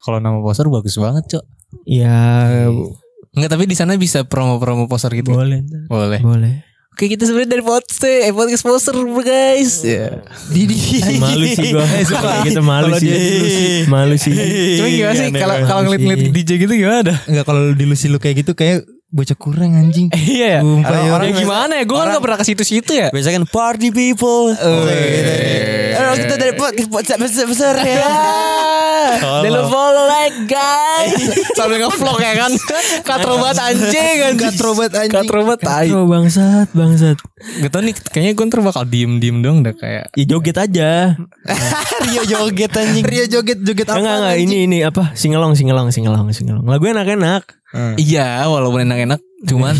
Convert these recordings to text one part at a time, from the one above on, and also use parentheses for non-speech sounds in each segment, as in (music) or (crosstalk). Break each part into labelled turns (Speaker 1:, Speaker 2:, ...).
Speaker 1: Kalau nama poster bagus banget, Cok.
Speaker 2: Ya
Speaker 1: Enggak, tapi di sana bisa promo-promo poster gitu. nggak?
Speaker 2: boleh
Speaker 1: Boleh.
Speaker 2: boleh.
Speaker 1: Oke, kita sebenarnya dari poster, eh, podcast poster, guys. Ya. Di di.
Speaker 2: Malu sih (laughs)
Speaker 1: (laughs)
Speaker 2: gua. Kalau gitu malu
Speaker 3: Kalau
Speaker 2: sih.
Speaker 3: dia-
Speaker 2: Malu sih. Malu sih.
Speaker 1: Cuma gimana Iya, sih
Speaker 2: Aneh
Speaker 1: kalau
Speaker 2: banget
Speaker 1: kalau ngeliat-ngeliat
Speaker 2: sih.
Speaker 1: DJ gitu gimana?
Speaker 3: Enggak kalau dilusi lu kayak gitu kayak bocah kurang anjing.
Speaker 1: (laughs) Iya ya.
Speaker 3: Sumpah,
Speaker 1: Orang,
Speaker 3: ya.
Speaker 1: orang gimana ya? Gue kan gak pernah ke situ-situ ya. Iya,
Speaker 3: Biasanya kan party people. Oh, gitu. Orang kita dari podcast podcast besar ya.
Speaker 1: Dan lo follow like guys. (laughs) Sambil nge-vlog ya kan. (laughs) Katro banget anjing kan. anjing.
Speaker 3: Katro banget anjing.
Speaker 1: Katro banget tai.
Speaker 2: Oh bangsat, bangsat.
Speaker 1: Gak tau nih kayaknya gue ntar bakal diem-diem dong udah kayak.
Speaker 2: Ya joget aja.
Speaker 3: Rio joget anjing. Rio joget joget apa?
Speaker 2: Enggak enggak ini ini apa? Singelong singelong singelong singelong. Lagu enak-enak.
Speaker 4: Hmm.
Speaker 1: Iya walaupun enak-enak.
Speaker 4: (laughs)
Speaker 1: Cuman.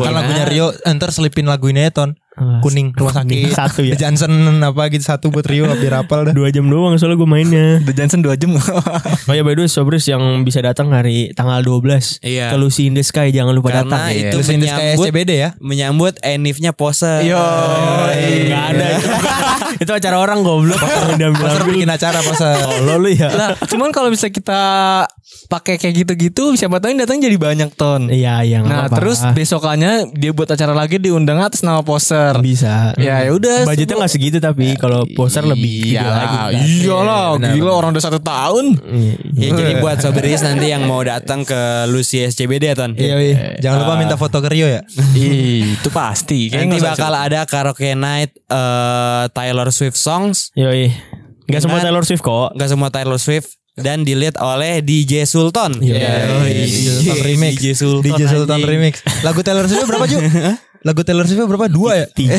Speaker 3: Kan lagunya Rio Ntar selipin lagu ini ya Ton
Speaker 2: Ah,
Speaker 3: Kuning Rumah
Speaker 2: kuning.
Speaker 3: sakit
Speaker 2: Satu ya.
Speaker 3: Johnson apa gitu Satu buat Rio Biar apal dah
Speaker 2: (laughs) Dua jam doang soalnya gue (laughs) mainnya.
Speaker 1: The Johnson 2 jam.
Speaker 2: Oh ya by the way Sobris yang bisa datang hari tanggal 12
Speaker 4: Iya.
Speaker 2: ke Lucy in the Sky jangan lupa
Speaker 4: Karena
Speaker 2: datang.
Speaker 4: itu
Speaker 3: Terus ini kayak
Speaker 4: menyambut
Speaker 3: SCBD ya
Speaker 4: menyambut enifnya pose.
Speaker 1: Yo. iya.
Speaker 2: Enggak ada itu. Eh, iya. (laughs) itu acara orang goblok.
Speaker 3: Pasar bikin acara pasar
Speaker 2: Lo lu ya.
Speaker 1: Lah, cuman kalau bisa kita pakai kayak gitu-gitu siapa tahu yang datang jadi banyak ton.
Speaker 2: Iya iya nggak
Speaker 1: Nah,
Speaker 2: apa-apa.
Speaker 1: terus besokannya dia buat acara lagi diundang atas nama poster.
Speaker 2: bisa.
Speaker 1: Ya, ya udah. Eh,
Speaker 2: Budgetnya nggak segitu tapi kalau poster lebih
Speaker 1: Iya
Speaker 2: gede lagi.
Speaker 1: lah, iyalah, gila orang udah satu tahun.
Speaker 2: Iya, iya.
Speaker 4: Iya, Ya, jadi
Speaker 1: (laughs)
Speaker 4: buat Sobris nanti yang mau datang ke Lucy SCBD ya Ton.
Speaker 3: Iya iya. Jangan lupa minta foto ke Rio ya
Speaker 1: Ih, itu pasti.
Speaker 4: Nanti bakal ada karaoke night eh, Taylor Swift songs.
Speaker 2: Yoi. Nggak semua
Speaker 4: Dengan-
Speaker 2: Taylor Swift kok.
Speaker 4: Gak semua Taylor Swift dan dilihat oleh DJ Sultan.
Speaker 2: Iya.
Speaker 1: Iya,
Speaker 3: Yoi. DJ
Speaker 4: (laughs)
Speaker 3: Sultan Remix
Speaker 4: DJ Sultan.
Speaker 3: DJ Sultan
Speaker 4: anjing.
Speaker 3: Remix Lagu Taylor Swift berapa Ju? Lagu Taylor Swift berapa? Dua ya? Tiga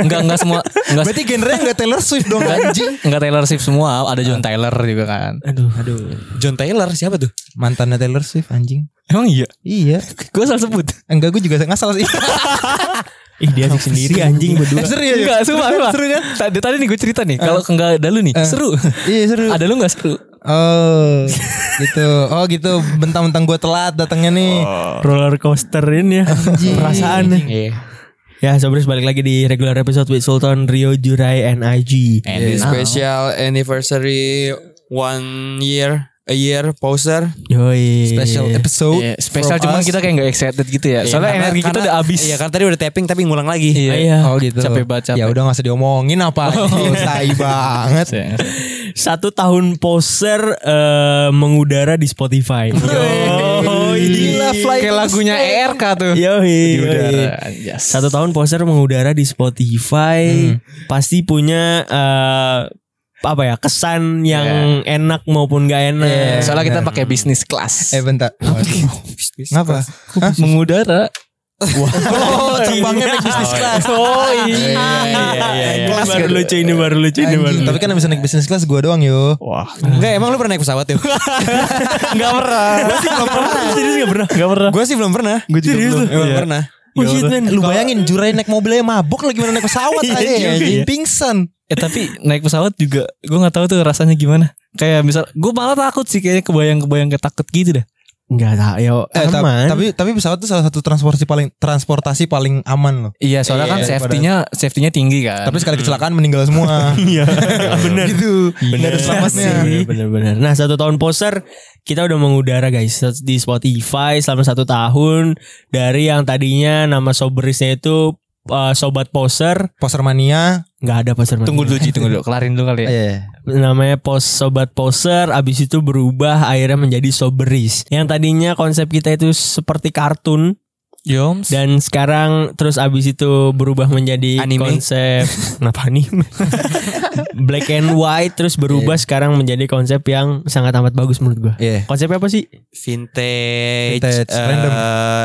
Speaker 1: enggak enggak semua enggak
Speaker 3: Berarti genre enggak Taylor Swift dong anjing
Speaker 1: enggak Taylor Swift semua, ada John Taylor juga kan.
Speaker 2: Aduh. Aduh.
Speaker 4: John Taylor siapa tuh?
Speaker 3: Mantannya Taylor Swift anjing
Speaker 1: Emang iya.
Speaker 3: Iya
Speaker 1: Gue salah sebut.
Speaker 3: Enggak gue juga ngasal sih
Speaker 2: Ih dia asik sendiri anjing berdua.
Speaker 3: Serius Eh.
Speaker 1: Enggak, sumpah, sumpah. Seru kan? Tadi, tadi nih gue cerita nih, kalau enggak ada lu nih, seru.
Speaker 3: Iya seru
Speaker 1: Ada lu enggak seru?
Speaker 3: Oh gitu Oh gitu Bentang-bentang gue telat datangnya nih
Speaker 2: Oh. Roller coasterin ya. Perasaan.
Speaker 1: Iya.
Speaker 2: Ya Sobris balik lagi di regular episode with Sultan Rio Jurai and IG.
Speaker 4: Ini
Speaker 1: Nah.
Speaker 3: Iya.
Speaker 4: special anniversary one year a year poser.
Speaker 2: Yoi.
Speaker 3: Special episode
Speaker 1: Iya, spesial
Speaker 3: from
Speaker 1: cuman
Speaker 3: us. Iya,
Speaker 1: kita kayak enggak excited gitu ya. Soalnya
Speaker 4: Karena-
Speaker 1: energi kita
Speaker 4: karena-
Speaker 1: udah habis.
Speaker 4: Iya, karena tadi udah tapping tapi ngulang lagi.
Speaker 1: Iya.
Speaker 2: Iya.
Speaker 3: Oh gitu
Speaker 1: Capek banget, capek.
Speaker 3: Ya udah gak usah diomongin apa
Speaker 2: Oh,
Speaker 3: Tai banget
Speaker 2: Satu tahun poser eh, mengudara di Spotify.
Speaker 1: Oh,
Speaker 2: Yoi.
Speaker 3: Gila, fly
Speaker 1: Kayak
Speaker 3: to the
Speaker 1: lagunya
Speaker 3: sky.
Speaker 1: ERK tuh.
Speaker 2: Yoi.
Speaker 1: Di
Speaker 2: Yoi.
Speaker 1: udara. Yes.
Speaker 2: Satu tahun poser mengudara di Spotify pasti punya eh, apa ya kesan yang enak maupun gak enak.
Speaker 1: Soalnya kita pakai bisnis kelas.
Speaker 3: Eh bentar Ngapa?
Speaker 1: Mengudara.
Speaker 3: Oh terbangnya naik
Speaker 2: (laughs)
Speaker 3: bisnis kelas
Speaker 2: Oh iya.
Speaker 1: Kelas
Speaker 2: baru
Speaker 1: gitu.
Speaker 2: lucu ini baru lucu ini baru.
Speaker 3: Anjing, Tapi kan yang bisa naik bisnis kelas gue doang yo
Speaker 1: Wah.
Speaker 4: Enggak, emang lu pernah naik pesawat ya?
Speaker 1: Enggak pernah.
Speaker 2: serius gak pernah gak pernah.
Speaker 4: Gue sih belum pernah.
Speaker 2: Gue juga Serius belum. lu?
Speaker 4: Emang
Speaker 2: Iya.
Speaker 4: pernah.
Speaker 2: Oh, shit, man.
Speaker 3: Lu bayangin Jurai naik mobilnya mabok lagi gimana naik pesawat
Speaker 2: Iya
Speaker 3: aja
Speaker 2: juga
Speaker 3: anjing.
Speaker 2: ya.
Speaker 3: Pingsan
Speaker 1: Eh tapi naik pesawat juga gue nggak tahu tuh rasanya gimana. Kayak misal gue malah takut sih kayaknya kebayang-kebayang kayak takut gitu dah.
Speaker 2: Enggak tak yo
Speaker 3: Eh,
Speaker 2: Ya,
Speaker 3: ta-
Speaker 2: aman.
Speaker 3: tapi tapi pesawat itu salah satu transportasi paling transportasi paling aman loh.
Speaker 1: Iya soalnya
Speaker 3: Iya,
Speaker 1: kan
Speaker 3: iya,
Speaker 1: safety-nya safety-nya tinggi kan.
Speaker 3: Tapi sekali kecelakaan meninggal semua.
Speaker 2: Hmm. (laughs) Iya. Bener.
Speaker 3: gitu. Nggak ada selamatnya.
Speaker 2: Iya. Bener-bener. Nah satu tahun poster kita udah mengudara guys di Spotify selama satu tahun dari yang tadinya nama soberisnya itu eh, sobat poser
Speaker 3: Poster mania.
Speaker 2: nggak ada poser Mania.
Speaker 1: tunggu dulu Ji,
Speaker 2: (laughs)
Speaker 1: tunggu dulu kelarin dulu kali ya.
Speaker 3: Iya.
Speaker 2: namanya pos sobat poser abis itu berubah akhirnya menjadi soberis yang tadinya konsep kita itu seperti kartun
Speaker 1: Yoms.
Speaker 2: dan sekarang terus abis itu berubah menjadi
Speaker 4: Anime.
Speaker 2: konsep (laughs) kenapa anime Iya. black and white terus berubah sekarang menjadi konsep yang sangat amat bagus menurut gua
Speaker 3: Iya.
Speaker 2: konsepnya apa sih
Speaker 4: Vintage,
Speaker 3: Vintage,
Speaker 4: eh,
Speaker 3: random.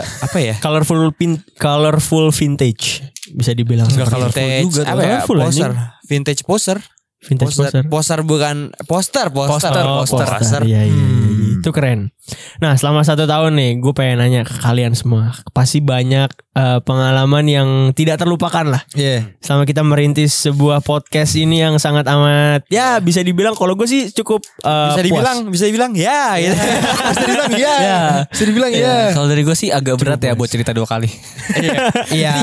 Speaker 4: apa ya?
Speaker 2: colorful pin colorful vintage bisa dibilang
Speaker 4: Enggak
Speaker 2: seperti itu.
Speaker 4: vintage
Speaker 2: juga tuh.
Speaker 4: apa ya?
Speaker 2: Colorful,
Speaker 4: Poster.
Speaker 2: anjing.
Speaker 4: Vintage poster.
Speaker 2: vintage
Speaker 4: Poster.
Speaker 2: poster
Speaker 4: Poster bukan poster, poster.
Speaker 1: Poster,
Speaker 2: Oh,
Speaker 1: poster.
Speaker 2: Iya, iya, iya, iya. Itu keren. Nah selama satu tahun nih gue pengen nanya ke kalian semua. Pasti banyak eh, pengalaman yang tidak terlupakan lah.
Speaker 3: Iya.
Speaker 2: Selama kita merintis sebuah podcast ini yang sangat amat. Ya bisa dibilang kalau gue sih cukup eh,
Speaker 4: Bisa
Speaker 2: puas.
Speaker 4: dibilang, bisa dibilang ya gitu.
Speaker 3: Bisa dibilang iya.
Speaker 1: Ya.
Speaker 3: Bisa dibilang iya.
Speaker 1: Kalau dari gue sih agak berat ya buat cerita dua kali.
Speaker 3: Iya.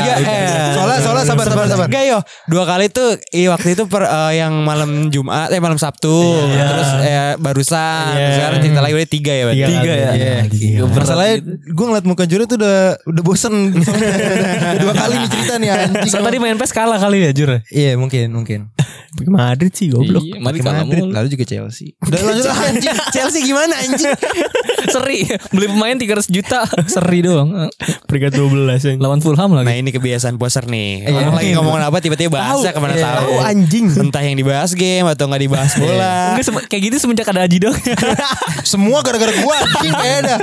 Speaker 3: Soalnya soalnya sabar sabar sabar.
Speaker 4: Iya. Enggak yo, dua kali tuh i, waktu itu per, eh, yang malam Jumat, eh malam Sabtu, terus eh, barusan,
Speaker 2: Iya.
Speaker 4: sekarang cerita lagi udah tiga ya,
Speaker 2: Tiga,
Speaker 4: berarti.
Speaker 2: ya.
Speaker 4: Iya.
Speaker 1: Gila.
Speaker 3: Masalahnya
Speaker 1: gitu.
Speaker 3: gue ngeliat muka Jure tuh udah udah
Speaker 1: (laughs)
Speaker 3: bosen Udah dua kali nih cerita nih anjing.
Speaker 1: So, tadi main PES kalah kali ya Jur.
Speaker 3: Iya mungkin mungkin.
Speaker 2: Madrid sih goblok.
Speaker 1: Iya,
Speaker 3: Pakai
Speaker 1: Madrid kalah
Speaker 3: Madrid,
Speaker 1: mulu.
Speaker 3: lalu juga
Speaker 1: (laughs)
Speaker 3: Chelsea. Udah lanjut lah, anjing. Chelsea gimana anjing?
Speaker 1: Seri Beli pemain 300 juta Seri doang
Speaker 2: Peringkat 12 yang.
Speaker 1: Lawan Fulham lagi
Speaker 4: Nah ini kebiasaan poser nih. Orang
Speaker 3: (laughs)
Speaker 4: lagi ngomongin apa tiba-tiba bahasnya kemana
Speaker 3: Iya.
Speaker 4: tahu.
Speaker 3: Tahu, anjing. Iya.
Speaker 4: Entah yang dibahas game atau nggak dibahas
Speaker 3: (laughs)
Speaker 4: bola.
Speaker 1: Enggak, seme- kayak gitu semenjak ada Aji dong
Speaker 3: Semua gara-gara gua anjing beda.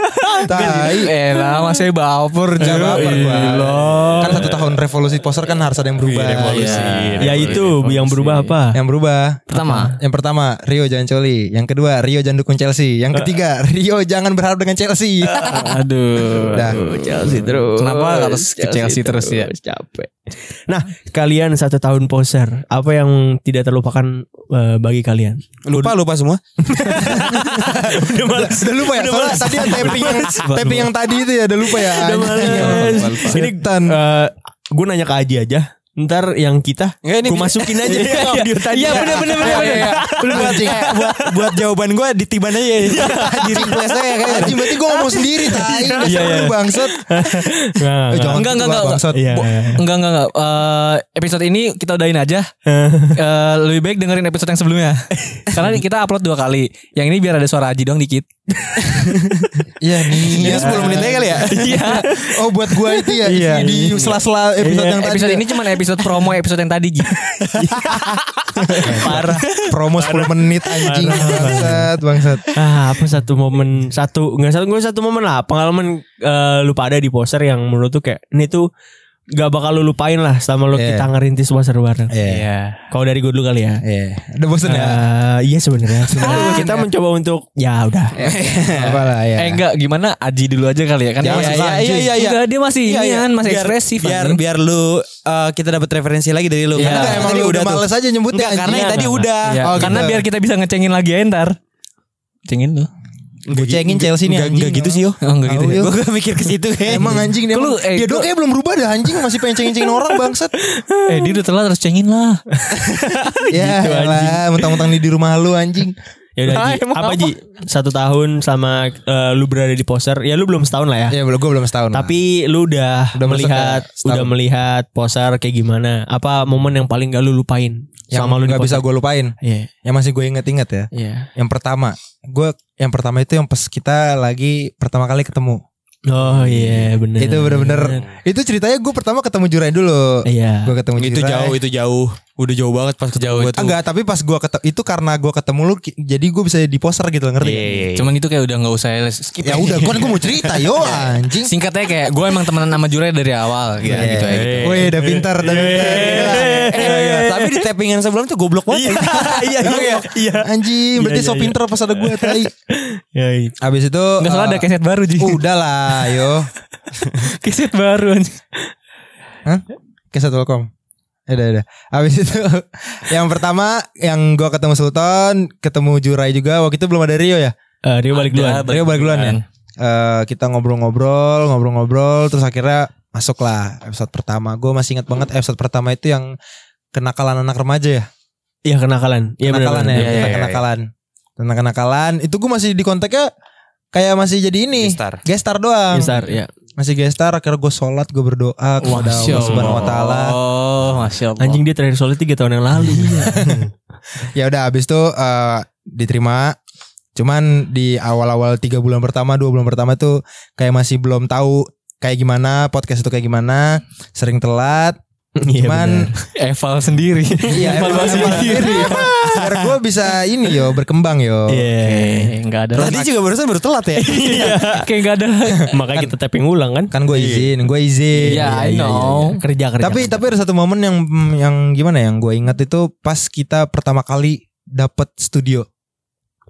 Speaker 3: Tai.
Speaker 1: (laughs)
Speaker 4: Iya.
Speaker 1: Eh lah masih baper
Speaker 3: Gak apa-apa gua.
Speaker 2: Ilah.
Speaker 3: Kan satu tahun revolusi poster kan harus ada yang berubah.
Speaker 4: Iya,
Speaker 1: Iya,
Speaker 3: Iya.
Speaker 2: Ya itu yang berubah
Speaker 1: (laughs)
Speaker 2: apa?
Speaker 3: Yang berubah.
Speaker 1: Pertama
Speaker 3: Yang pertama Rio jangan coli Yang kedua Rio jangan dukung Chelsea Yang ketiga Rio jangan berharap dengan
Speaker 4: (laughs)
Speaker 3: Chelsea
Speaker 1: Aduh
Speaker 3: Dah.
Speaker 1: Chelsea terus Kenapa harus ke Chelsea terus ya
Speaker 2: Nah, kalian satu tahun poser, apa yang tidak terlupakan eh, bagi kalian? (laughs)
Speaker 4: Lupa lupa semua.
Speaker 2: Udah males.
Speaker 1: Iya,
Speaker 3: Udah lupa ya Soalnya tadi yang tapping yang, tapping yang tadi itu ya Udah lupa ya
Speaker 2: Udah
Speaker 1: iya,
Speaker 2: males. Ini
Speaker 3: Setan.
Speaker 2: eh, gue nanya ke Aji aja. Ntar yang kita
Speaker 1: (laughs)
Speaker 4: Enggak, ini
Speaker 2: gue
Speaker 4: bisa-
Speaker 2: masukin aja.
Speaker 4: Iya,
Speaker 2: Audio tadi.
Speaker 1: Iya bener bener bener bener.
Speaker 4: buat, eh, buat, buat jawaban gue ditiban aja ya.
Speaker 1: Iya.
Speaker 4: (laughs) di request aja kayaknya.
Speaker 3: Anjing berarti gue ngomong sendiri Tai Udah
Speaker 2: Iya,
Speaker 3: seru
Speaker 2: iya.
Speaker 3: bangsat
Speaker 2: Nah,
Speaker 3: Eh, Jangan
Speaker 1: Enggak,
Speaker 3: gitu
Speaker 1: enggak,
Speaker 3: lah,
Speaker 1: enggak.
Speaker 3: bangsat
Speaker 2: Iya.
Speaker 1: Bo- Enggak enggak enggak Eh, Episode ini kita udahin (laughs) aja Eh, Lebih baik dengerin episode yang sebelumnya Karena kita upload dua kali Yang ini biar ada suara Aji dong dikit
Speaker 3: Iya nih
Speaker 4: Ini 10 menit aja kali ya.
Speaker 1: Iya
Speaker 3: Oh buat gue itu ya
Speaker 2: Iya.
Speaker 3: Di di sela-sela episode yang tadi
Speaker 1: Episode
Speaker 3: ya.
Speaker 1: ini cuma episode promo episode yang tadi (laughs) gitu
Speaker 2: parah.
Speaker 3: (laughs) Promo 10 menit anjing Bangsat Bangsat
Speaker 2: Ah, apa satu momen satu enggak satu gue satu momen lah pengalaman eh, lu pada di poser yang menurut tuh kayak ini tuh gak bakal lu lupain lah selama lu
Speaker 3: Iya.
Speaker 2: kita ngerintis poser bareng.
Speaker 3: Iya
Speaker 2: Kalau dari gue dulu kali ya.
Speaker 3: Iya Udah bosen ya
Speaker 2: Eh, iya
Speaker 3: (laughs)
Speaker 2: sebenarnya. Sebenarnya kita mencoba untuk ya udah.
Speaker 3: Apalah ya
Speaker 1: Eh enggak gimana Aji dulu aja kali ya kan dia
Speaker 4: Jangan,
Speaker 1: masih
Speaker 4: iya,
Speaker 1: santai.
Speaker 4: iya, iya, iya.
Speaker 1: Enggak, dia masih
Speaker 4: Iya, iya.
Speaker 1: inian, masih
Speaker 4: Biar-
Speaker 1: ekspresif
Speaker 4: Biar
Speaker 1: anjing. Iya.
Speaker 4: biar lu eh, kita dapat referensi lagi dari lu. kan?
Speaker 3: Enggak,
Speaker 4: Karena
Speaker 3: emang
Speaker 4: tadi
Speaker 3: lu udah
Speaker 4: tuh.
Speaker 3: males aja nyebutnya
Speaker 4: Enggak, karena
Speaker 3: anjing.
Speaker 4: yang tadi
Speaker 1: Enggak,
Speaker 4: udah.
Speaker 1: Iya,
Speaker 3: Oh,
Speaker 1: karena
Speaker 3: gitu.
Speaker 1: biar kita bisa ngecengin lagi ya ntar Cengin lu
Speaker 3: Gue cengin Chelsea nih
Speaker 4: Enggak,
Speaker 3: anjing.
Speaker 4: enggak gitu sih yo.
Speaker 1: Oh enggak gitu ya
Speaker 3: Tahu,
Speaker 4: Gue gak mikir ke situ kayaknya.
Speaker 3: Emang anjing dia.
Speaker 1: Lu,
Speaker 3: Lu,
Speaker 1: eh,
Speaker 3: dia
Speaker 1: gua-
Speaker 3: doang kayak belum berubah dah anjing masih pengen cengin-cengin orang bangsat.
Speaker 1: Eh dia udah telat harus cengin lah
Speaker 3: ya lah, mentang-mentang di, di rumah lu anjing.
Speaker 2: Ya udah Ji,
Speaker 1: Emang
Speaker 2: apa
Speaker 1: apa?
Speaker 2: Ji? Satu tahun sama eh, lu berada di poser. Ya lu belum setahun lah ya.
Speaker 3: Ya belum gue belum setahun. lah.
Speaker 2: Tapi lu udah,
Speaker 3: Udah masuk
Speaker 2: melihat
Speaker 3: ke setahun.
Speaker 2: udah melihat poser kayak gimana? Apa momen yang paling gak lu lupain
Speaker 3: yang
Speaker 2: sama lu di
Speaker 3: nggak bisa
Speaker 2: poser?
Speaker 3: gue lupain.
Speaker 2: Iya.
Speaker 3: Yang masih gue inget-inget ya.
Speaker 2: Iya.
Speaker 3: Yang pertama, gue yang pertama itu yang pas kita lagi pertama kali ketemu.
Speaker 2: Oh iya bener
Speaker 3: Itu bener-bener. Itu ceritanya gue pertama ketemu Jurai dulu.
Speaker 2: Iya.
Speaker 3: Gue ketemu
Speaker 4: Itu
Speaker 3: Jurai.
Speaker 4: jauh, itu jauh. Udah jauh banget pas jauh
Speaker 3: Ah, Enggak, tapi pas gue ketemu itu karena gue ketemu lu, ki- jadi gue bisa di poster gitu loh, ngerti?
Speaker 1: Cuman itu kayak udah gak usah skip
Speaker 3: Ya udah, gue mau cerita yo anjing.
Speaker 1: Singkatnya kayak gue emang temenan sama Jure dari awal gitu,
Speaker 2: Iya,
Speaker 1: gitu aja gitu.
Speaker 3: Wih, udah pintar, udah pintar.
Speaker 4: Tapi di tapping yang sebelum tuh goblok banget.
Speaker 2: Iya iya iya.
Speaker 3: Anjing,
Speaker 2: Iya,
Speaker 3: berarti
Speaker 2: iya,
Speaker 3: so
Speaker 2: iya.
Speaker 3: pinter pas ada gue tadi.
Speaker 2: Ya, iya.
Speaker 3: Abis itu
Speaker 1: Enggak salah
Speaker 3: eh,
Speaker 1: ada keset baru Ji
Speaker 2: Uh.
Speaker 3: Udah lah, yo.
Speaker 1: Keset baru anjing
Speaker 3: Hah? Keset welcome. Udah, udah. Abis itu (laughs) yang pertama yang gua ketemu Sultan, ketemu Jurai juga. Waktu itu belum ada Rio ya.
Speaker 2: Eh, Rio balik duluan. Iya,
Speaker 3: Rio balik duluan ya. Eh, kita ngobrol-ngobrol, ngobrol-ngobrol, terus akhirnya masuklah episode pertama. Gue masih ingat banget episode pertama itu yang kenakalan anak remaja ya.
Speaker 2: Iya kenakalan. Iya bener,
Speaker 3: kenakalan
Speaker 2: bener.
Speaker 3: ya,
Speaker 2: Iya, iya.
Speaker 3: tentang kenakalan. Tentang kenakalan, itu gue masih di kontaknya kayak masih jadi ini.
Speaker 4: Star.
Speaker 3: Gestar doang.
Speaker 2: Besar ya.
Speaker 3: Masih gestar akhirnya gue sholat, gue berdoa kepada
Speaker 1: Masya
Speaker 3: Allah Subhanahu wa taala.
Speaker 1: Oh Masya Allah
Speaker 2: Anjing dia terakhir solid 3 tahun yang lalu.
Speaker 3: Ya udah habis itu eh, diterima. Cuman di awal-awal tiga bulan pertama, dua bulan pertama tuh kayak masih belum tahu kayak gimana podcast itu kayak gimana, sering telat.
Speaker 2: (laughs) Iya,
Speaker 3: Cuman
Speaker 1: Eval sendiri
Speaker 3: (laughs) iya
Speaker 1: Evaluasi
Speaker 2: (laughs)
Speaker 1: diri
Speaker 3: Biar gue bisa ini yo berkembang yo.
Speaker 2: (laughs) Iya.
Speaker 1: Eh, Enggak ada
Speaker 4: Tadi juga barusan baru telat ya.
Speaker 1: Kayak enggak ada
Speaker 2: Makanya kita tapping ulang kan?
Speaker 3: (laughs) Kan gue izin, gue izin.
Speaker 1: Iya, I know.
Speaker 2: Kerja kerja.
Speaker 3: Tapi tapi ada satu momen yang ya, yang gimana yang gue ingat itu pas kita pertama kali dapat studio.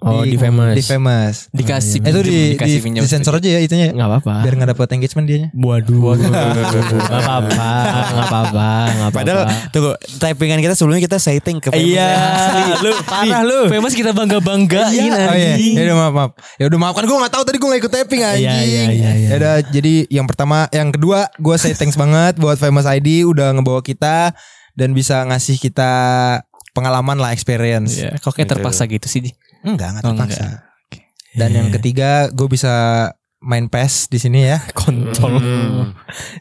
Speaker 2: Oh, di Famous.
Speaker 3: Di famous.
Speaker 1: Dikasih
Speaker 3: Eh, itu di, di,
Speaker 1: dikasih pinjam.
Speaker 3: di sensor aja ya itunya. ya.
Speaker 2: Nggak apa-apa.
Speaker 3: Biar nggak dapet engagement dianya.
Speaker 2: Waduh. Nggak apa-apa. Nggak apa-apa. nggak apa-apa.
Speaker 4: Padahal tunggu typingan kan kita sebelumnya kita setting ke famous
Speaker 2: Iya. lu parah lu.
Speaker 1: Famous kita bangga-banggain
Speaker 3: Oh iya.
Speaker 1: anjing.
Speaker 3: Ya udah maaf maaf. Ya udah maafkan gue nggak tahu tadi gue nggak ikut taping anjing.
Speaker 2: Iya, iya, iya, iya.
Speaker 3: Ya udah jadi yang pertama, yang kedua gue say thanks banget buat Famous ID udah ngebawa kita dan bisa ngasih kita pengalaman lah experience.
Speaker 1: Iya, Kok kayak terpaksa gitu sih. Ji?
Speaker 3: Enggak, enggak Iya.
Speaker 1: Oh,
Speaker 3: terpaksa. Dan yang ketiga gue bisa main PES di sini ya.
Speaker 2: (laughs) kontol.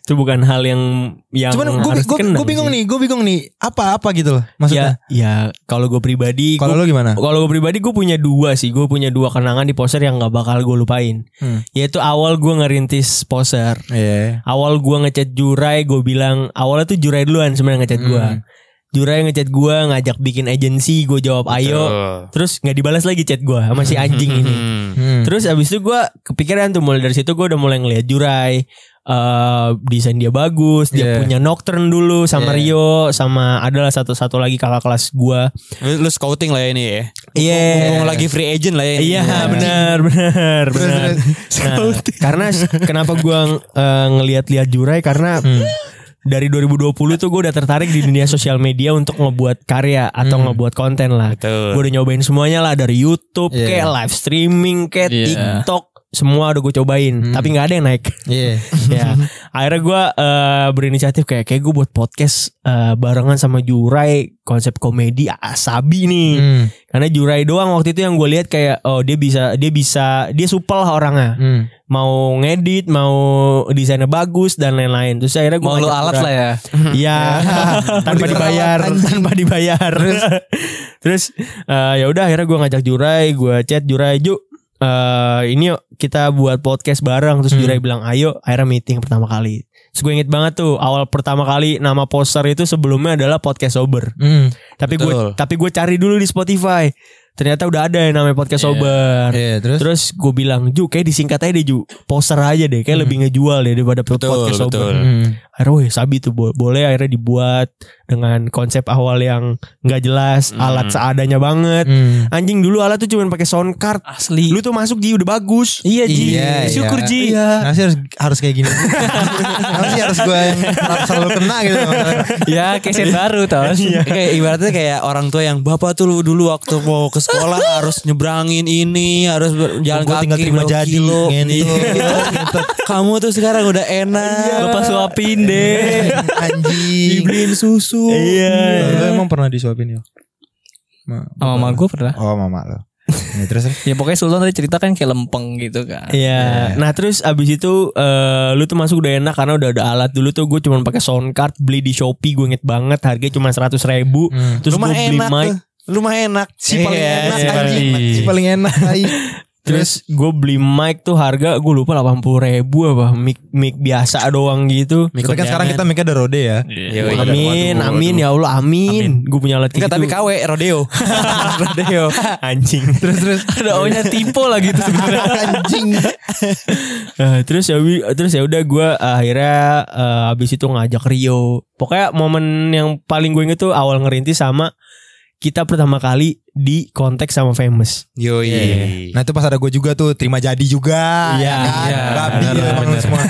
Speaker 2: Itu bukan hal yang yang
Speaker 3: Cuman gue
Speaker 2: harus dikenang
Speaker 3: gue bingung
Speaker 2: sih.
Speaker 3: nih, gue bingung nih apa apa gitu loh maksudnya.
Speaker 2: Ya, ya kalau gue pribadi,
Speaker 3: Kalau
Speaker 2: gua-
Speaker 3: lo gimana?
Speaker 2: kalau gue pribadi gue punya dua sih, gue punya dua kenangan di poser yang nggak bakal gue lupain.
Speaker 3: Hmm.
Speaker 2: Yaitu awal gue ngerintis poser,
Speaker 3: Iya.
Speaker 2: awal gue ngechat Jurai, gue bilang awalnya tuh Jurai duluan sebenarnya ngechat gue.
Speaker 3: Hmm.
Speaker 2: Jurai ngechat gue ngajak bikin agensi, gue jawab ayo, terus nggak dibalas lagi chat gue sama si anjing ini.
Speaker 3: Hmm.
Speaker 2: Terus abis itu gue kepikiran tuh mulai dari situ gue udah mulai ngeliat Jurai eh desain dia bagus, dia
Speaker 3: Yeah.
Speaker 2: punya Nocturne dulu sama
Speaker 3: Yeah.
Speaker 2: Rio, sama adalah satu-satu lagi kakak kelas gue.
Speaker 4: Lu, lu scouting lah ya ini ya.
Speaker 2: Iya.
Speaker 4: Mumpung lagi free agent lah ya. ini.
Speaker 2: Iya benar benar benar. Nah, karena s- kenapa gue ngelihat-lihat Jurai karena dari 2020 tuh gue udah tertarik di dunia sosial media untuk ngebuat karya atau ngebuat konten lah.
Speaker 4: Betul.
Speaker 2: Gue udah nyobain semuanya lah dari YouTube
Speaker 3: Iya.
Speaker 2: kayak live streaming kayak
Speaker 1: Iya.
Speaker 2: TikTok semua udah gue cobain tapi nggak ada yang naik.
Speaker 3: (laughs) Iya.
Speaker 2: ya akhirnya gue eh, berinisiatif kayak kayak gue buat podcast eh, barengan sama Jurai konsep komedi asabi nih.
Speaker 3: Hmm.
Speaker 2: Karena Jurai doang waktu itu yang gue lihat kayak oh dia bisa dia bisa dia supel lah orangnya.
Speaker 3: Hmm.
Speaker 2: Mau ngedit, mau desainnya bagus dan lain-lain. Terus akhirnya gue
Speaker 1: Mau lu alat lah ya. (laughs)
Speaker 2: Iya. tanpa dibayar, tanpa dibayar. (laughs) Terus eh, ya udah akhirnya gue ngajak Jurai, gue chat Jurai, "Ju, eh, ini yuk kita buat podcast
Speaker 1: Hmm.
Speaker 2: bareng." Terus Jurai bilang, "Ayo." Akhirnya meeting pertama kali. Terus gue inget banget tuh awal pertama kali nama poster itu sebelumnya adalah podcast sober.
Speaker 3: Hmm.
Speaker 2: Tapi gue
Speaker 4: Betul.
Speaker 2: tapi gue cari dulu di Spotify. Ternyata udah ada yang namanya podcast sober.
Speaker 3: Iya, terus
Speaker 2: Terus gue bilang Ju kayak disingkat aja deh Ju Poster aja deh Kayak lebih ngejual deh Daripada podcast sober
Speaker 4: betul.
Speaker 3: Hmm.
Speaker 2: Akhirnya weh, sabi tuh bo- Boleh akhirnya dibuat Dengan konsep awal yang nggak jelas Alat seadanya banget
Speaker 3: Hmm.
Speaker 2: Anjing dulu alat tuh cuman pakai sound card
Speaker 1: Asli.
Speaker 2: Lu tuh masuk Ji udah bagus Iya
Speaker 3: Ji.
Speaker 2: Syukur
Speaker 3: iya.
Speaker 2: Ji ya.
Speaker 3: Kenapa sih harus, harus kayak gini? Kenapa sih harus gue yang selalu kena gitu?
Speaker 1: ya keset
Speaker 2: Iya.
Speaker 1: baru tau.
Speaker 3: Iya.
Speaker 4: Kayak ibaratnya kayak orang tua yang bapak tuh lu dulu waktu mau ke sekolah
Speaker 3: (laughs)
Speaker 4: harus nyebrangin ini, harus ber- jalan
Speaker 3: Gua
Speaker 4: kaki
Speaker 3: tinggal terima
Speaker 4: berapa
Speaker 3: jadi,
Speaker 4: kilo.
Speaker 3: ngentut.
Speaker 4: Iya. Kamu tuh sekarang udah enak.
Speaker 3: Iya.
Speaker 1: Bapak suapin deh.
Speaker 3: Anjing.
Speaker 4: Dibeliin susu.
Speaker 2: Iya
Speaker 3: Lo emang pernah disuapin ya? Ma-
Speaker 1: Sama mama gue pernah.
Speaker 3: Oh mama lo. Ya, terus
Speaker 1: Ya pokoknya Sultan tadi cerita kan kayak lempeng gitu kan.
Speaker 2: Iya. Nah terus abis itu eh, lu tuh masuk udah enak karena udah ada alat dulu tuh gue cuma pakai sound card beli di Shopee gue inget banget harganya cuma seratus ribu. Terus gue
Speaker 4: Rumah
Speaker 2: beli
Speaker 4: enak.
Speaker 2: mic.
Speaker 4: tuh. Rumah enak. Si
Speaker 3: paling enak anjing. Iya, Si paling enak. tai.
Speaker 2: Terus gue beli mic tuh harga gue lupa delapan puluh ribu apa mic mic biasa doang gitu. Iya.
Speaker 3: Tapi kan sekarang kita mikir ada rode ya.
Speaker 2: amin, amin ya Allah, amin. Gue punya alat
Speaker 4: Enggak
Speaker 2: kayak
Speaker 4: tapi
Speaker 2: gitu.
Speaker 4: KW
Speaker 2: (laughs)
Speaker 4: rodeo. (laughs) rodeo.
Speaker 2: anjing.
Speaker 3: Terus terus
Speaker 1: Ada O-nya tipe lah gitu sebenarnya.
Speaker 3: anjing.
Speaker 2: Eh, terus ya wi- terus ya udah gue akhirnya eh, habis itu ngajak Rio. Pokoknya momen yang paling gue inget tuh awal ngerintis sama kita pertama kali di kontak sama famous.
Speaker 4: Yoi.
Speaker 3: Nah itu pas ada gue juga tuh terima jadi juga.
Speaker 2: Iya,
Speaker 3: kan?
Speaker 1: iya.
Speaker 3: Babi
Speaker 1: Bener,
Speaker 3: ya, emang lu
Speaker 1: bener.
Speaker 3: semua.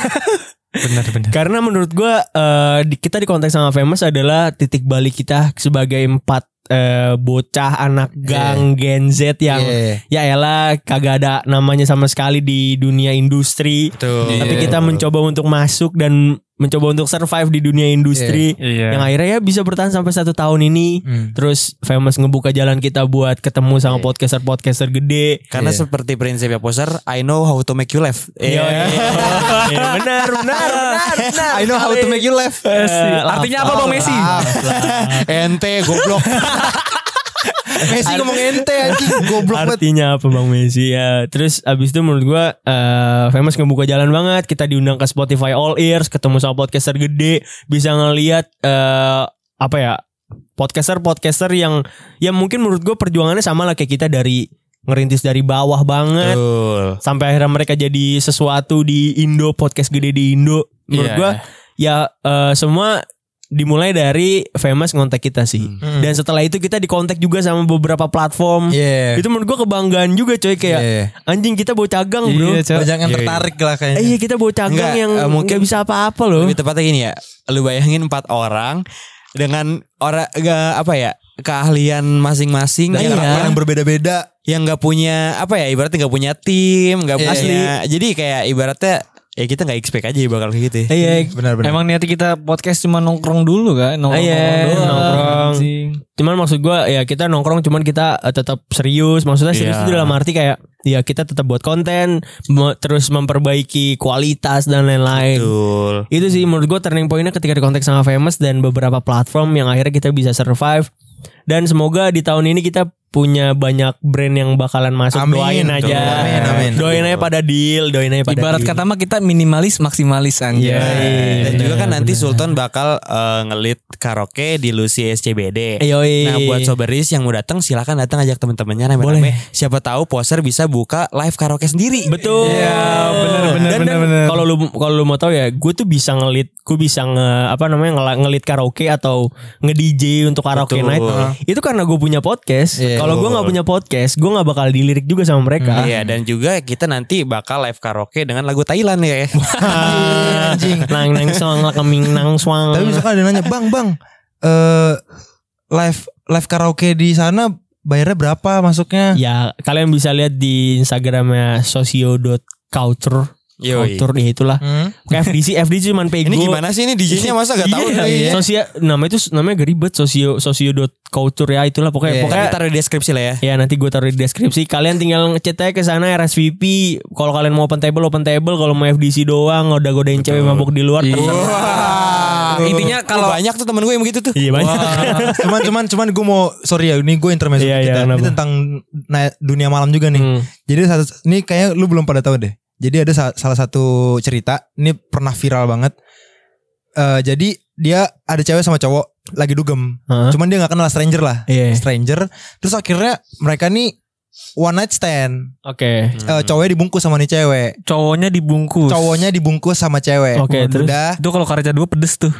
Speaker 1: Bener bener.
Speaker 2: Karena menurut gue eh, di- kita di kontak sama famous adalah titik balik kita sebagai empat eh, bocah anak gang Gen Z yang
Speaker 3: Iya.
Speaker 2: ya elah kagak ada namanya sama sekali di dunia industri.
Speaker 4: Betul.
Speaker 3: Iya.
Speaker 2: Tapi (laughs) kita mencoba untuk masuk dan mencoba untuk survive di dunia industri
Speaker 1: Iya.
Speaker 2: yang akhirnya ya bisa bertahan sampai satu tahun ini.
Speaker 3: Hmm.
Speaker 2: Terus famous ngebuka jalan kita buat ketemu sama
Speaker 1: Iya.
Speaker 2: podcaster-podcaster gede.
Speaker 4: Karena seperti prinsipnya poser, I know how to make you laugh.
Speaker 2: Iya,
Speaker 4: Iya.
Speaker 2: iya, benar, benar, Iya, benar, benar.
Speaker 3: I know how to make you laugh.
Speaker 1: Iya. Artinya apa Bang Messi?
Speaker 4: Ente goblok.
Speaker 3: (laughs) Messi ngomong ente anjing goblok banget.
Speaker 2: Artinya apa Bang Messi ya. Terus abis itu menurut gua eh, Famous ngebuka jalan banget. Kita diundang ke Spotify All Ears, ketemu sama podcaster gede, bisa ngelihat eh, apa ya? podcaster-podcaster yang yang mungkin menurut gue perjuangannya sama lah kayak kita dari ngerintis dari bawah banget
Speaker 4: Betul.
Speaker 2: sampai akhirnya mereka jadi sesuatu di Indo podcast gede di Indo menurut
Speaker 1: Iya.
Speaker 2: gua ya eh, semua dimulai dari famous ngontak kita sih. Dan setelah itu kita dikontak juga sama beberapa platform.
Speaker 3: Iya.
Speaker 2: Itu menurut gua kebanggaan juga coy kayak
Speaker 3: Iya.
Speaker 2: anjing kita bawa cagang, Bro.
Speaker 1: Iya, Cok.
Speaker 3: Banyak yang tertarik lah kayaknya.
Speaker 2: Eh, iya kita bawa cagang
Speaker 4: Enggak,
Speaker 2: yang
Speaker 4: eh,
Speaker 2: mungkin
Speaker 4: mungkin-
Speaker 2: bisa apa-apa loh.
Speaker 4: Lebih tepatnya gini ya, lu bayangin empat orang dengan orang enggak apa ya keahlian
Speaker 3: Dan
Speaker 4: masing-masing yang
Speaker 3: karakter yang
Speaker 4: orang-
Speaker 3: berbeda-beda.
Speaker 4: yang nggak punya apa ya ibaratnya nggak punya tim nggak
Speaker 3: Iya.
Speaker 4: punya jadi kayak ibaratnya ya kita nggak expect aja bakal kayak gitu ya.
Speaker 2: Iya,
Speaker 3: Benar-benar.
Speaker 1: Emang niatnya kita podcast cuma nongkrong dulu kan? Nongkrong,
Speaker 2: Iya,
Speaker 1: doang,
Speaker 2: nongkrong.
Speaker 1: anjing.
Speaker 2: Cuman maksud gua ya kita nongkrong cuman kita eh, tetap serius. Maksudnya serius
Speaker 4: Iya.
Speaker 2: itu dalam arti kayak ya kita tetap buat konten, me- terus memperbaiki kualitas dan lain-lain.
Speaker 4: betul
Speaker 2: Itu sih menurut gua turning pointnya ketika dikontak sama Famous dan beberapa platform yang akhirnya kita bisa survive. Dan semoga di tahun ini kita punya banyak brand yang bakalan masuk.
Speaker 3: Amin.
Speaker 2: doain aja.
Speaker 3: Amin, amin.
Speaker 2: Doain aja pada deal, doain aja pada
Speaker 1: Ibarat
Speaker 2: deal.
Speaker 1: kata mah kita minimalis maksimalis anjing.
Speaker 2: Iya.
Speaker 4: dan juga kan nanti
Speaker 2: benar.
Speaker 4: Sultan bakal eh, ngelit karaoke di Lucy SCBD
Speaker 2: Yoi.
Speaker 4: Nah buat soberis yang mau datang silakan datang ajak teman-temannya rame-rame. Siapa tahu poser bisa buka live karaoke sendiri.
Speaker 2: Betul.
Speaker 1: Iya, bener, bener,
Speaker 2: Gitu. Dan-
Speaker 1: bener,
Speaker 2: dan
Speaker 1: bener.
Speaker 2: Kalau lu kalau lu mau tahu ya, gue tuh bisa ngelit, gue bisa nge apa namanya ngela- ngelit karaoke atau nge DJ untuk karaoke
Speaker 4: Betul.
Speaker 2: night. Itu karena gue punya podcast.
Speaker 3: Iya.
Speaker 2: Kalau gue nggak punya podcast, gue nggak bakal dilirik juga sama mereka. (laughs)
Speaker 4: Iya dan juga kita nanti bakal live karaoke dengan lagu Thailand
Speaker 2: (laughs)
Speaker 4: ya.
Speaker 2: Ah, nang nang suang lah keming nang suang.
Speaker 3: Tapi misalkan ada yang nanya, "Bang, Bang, eh live live karaoke di sana bayarnya berapa masuknya?"
Speaker 2: Ya kalian bisa lihat di Instagramnya socio.culture
Speaker 4: Yoi.
Speaker 2: Culture ya itulah
Speaker 3: Hmm?
Speaker 2: FDC FDC cuman pego
Speaker 4: Ini gimana sih ini DJ-nya masa gak tahu?
Speaker 2: Iya,
Speaker 4: nih?
Speaker 2: iya. Sosia nama itu namanya gak ribet sosio sosio dot culture ya itulah pokoknya
Speaker 3: Iya.
Speaker 2: pokoknya
Speaker 4: Kita taruh di deskripsi lah
Speaker 2: ya
Speaker 4: ya.
Speaker 2: nanti gue taruh di deskripsi kalian tinggal ngechat aja ke sana RSVP kalau kalian mau open table open table kalau mau FDC doang udah godain cewek mabuk di luar terserah.
Speaker 4: Wah.
Speaker 2: Ya,
Speaker 1: Intinya kalau-
Speaker 4: banyak tuh temen gue yang begitu tuh.
Speaker 2: iya banyak
Speaker 3: Wah, (laughs) cuman cuman cuman gue mau sorry ya ini gue intermezzo
Speaker 2: Iya, iya,
Speaker 3: kita ini
Speaker 2: kenapa?
Speaker 3: tentang na- dunia malam juga nih.
Speaker 2: Hmm.
Speaker 3: Jadi satu ini kayaknya lu belum pada tahu deh. Jadi ada sa- salah satu cerita ini pernah viral banget. Eh jadi dia ada cewek sama cowok lagi dugem.
Speaker 2: Hah?
Speaker 3: Cuman dia nggak kenal stranger lah.
Speaker 2: Iya.
Speaker 3: Stranger. Terus akhirnya mereka nih one night stand.
Speaker 2: oke
Speaker 3: Eh,
Speaker 4: Oh,
Speaker 3: cowoknya dibungkus sama nih cewek.
Speaker 1: Cowoknya dibungkus.
Speaker 3: Cowoknya dibungkus sama cewek.
Speaker 2: Oke, terus?
Speaker 3: udah
Speaker 1: Itu kalau karya dua pedes tuh.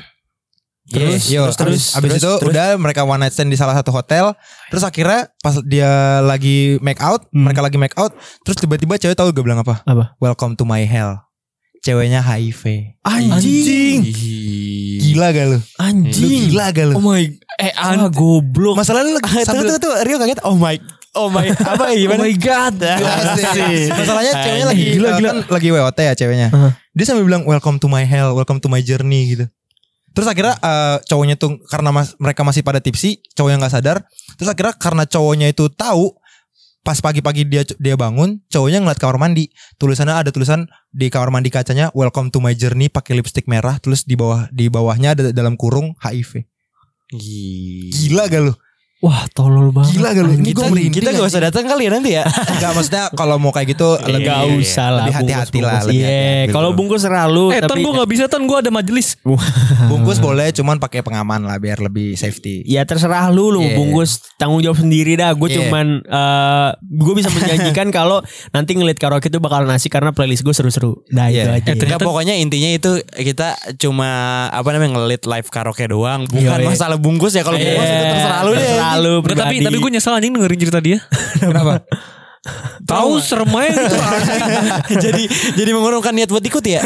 Speaker 3: Terus, yo, Iya, abis, abis itu udah mereka one night stand di salah satu hotel. Terus akhirnya pas dia lagi make out,
Speaker 2: Hmm.
Speaker 3: mereka lagi make out. Terus tiba-tiba cewek tahu gue bilang apa?
Speaker 2: Apa?
Speaker 3: Welcome to my hell. Ceweknya HIV.
Speaker 2: anjing
Speaker 3: Gila gak lu? Lu
Speaker 2: anjing
Speaker 3: gila gak lu?
Speaker 2: oh my eh an goblok
Speaker 3: Masalah lu
Speaker 4: Ah, Tuh
Speaker 3: sambil
Speaker 4: tuh tuh Rio kaget. Oh my Oh my apa ya, gimana?
Speaker 2: oh my god (laughs)
Speaker 3: Masalahnya ceweknya lagi
Speaker 2: Gila,
Speaker 3: eh,
Speaker 2: gila.
Speaker 3: kan lagi WOT ya ceweknya.
Speaker 2: Heeh.
Speaker 3: Dia sambil bilang welcome to my hell, welcome to my journey gitu. Terus akhirnya eh, cowoknya tuh karena mas- mereka masih pada tipsi, cowoknya nggak sadar. Terus akhirnya karena cowoknya itu tahu pas pagi-pagi dia dia bangun, cowoknya ngeliat kamar mandi. Tulisannya ada tulisan di kamar mandi kacanya welcome to my journey pakai lipstick merah terus di bawah di bawahnya ada dalam kurung HIV. Gila gak lu?
Speaker 2: wah tolol banget
Speaker 3: Gila gak lu? Ini
Speaker 4: Kita,
Speaker 3: gue merinding.
Speaker 4: kita gak
Speaker 3: anjing.
Speaker 4: usah datang kali ya nanti ya.
Speaker 3: Enggak maksudnya kalau mau kayak gitu lebih
Speaker 2: Iya, Gak usah lah
Speaker 3: lebih hati-hati lah,
Speaker 2: bungkus-bungkus.
Speaker 3: lebih
Speaker 2: Iya
Speaker 3: hati-hati.
Speaker 2: Kalau bungkus ralu
Speaker 1: eh ton
Speaker 2: tapi
Speaker 1: gue gak bisa ton gue ada majelis.
Speaker 3: Bungkus
Speaker 2: Ah.
Speaker 3: boleh cuman pakai pengaman lah biar lebih safety.
Speaker 2: Ya terserah lu lu
Speaker 3: Iya.
Speaker 2: bungkus tanggung jawab sendiri dah. Gue
Speaker 3: Iya.
Speaker 2: cuman eh gue bisa
Speaker 3: (laughs)
Speaker 2: menjanjikan kalau nanti ngeliat karaoke itu bakal nasi karena playlist gue seru-seru. Dah
Speaker 3: Iya.
Speaker 2: itu aja.
Speaker 4: Enggak pokoknya intinya itu kita cuma apa namanya ngelit live karaoke doang, bukan
Speaker 2: Yoi.
Speaker 4: masalah bungkus ya kalau bungkus itu terserah lu deh.
Speaker 2: Terserah lu
Speaker 1: Udah, tapi
Speaker 2: pribadi.
Speaker 1: tapi gue nyesel anjing dengerin cerita (laughs) dia.
Speaker 3: Kenapa?
Speaker 1: Tahu serem aja (laughs) gitu.
Speaker 4: (laughs) jadi jadi mengurungkan niat buat ikut ya.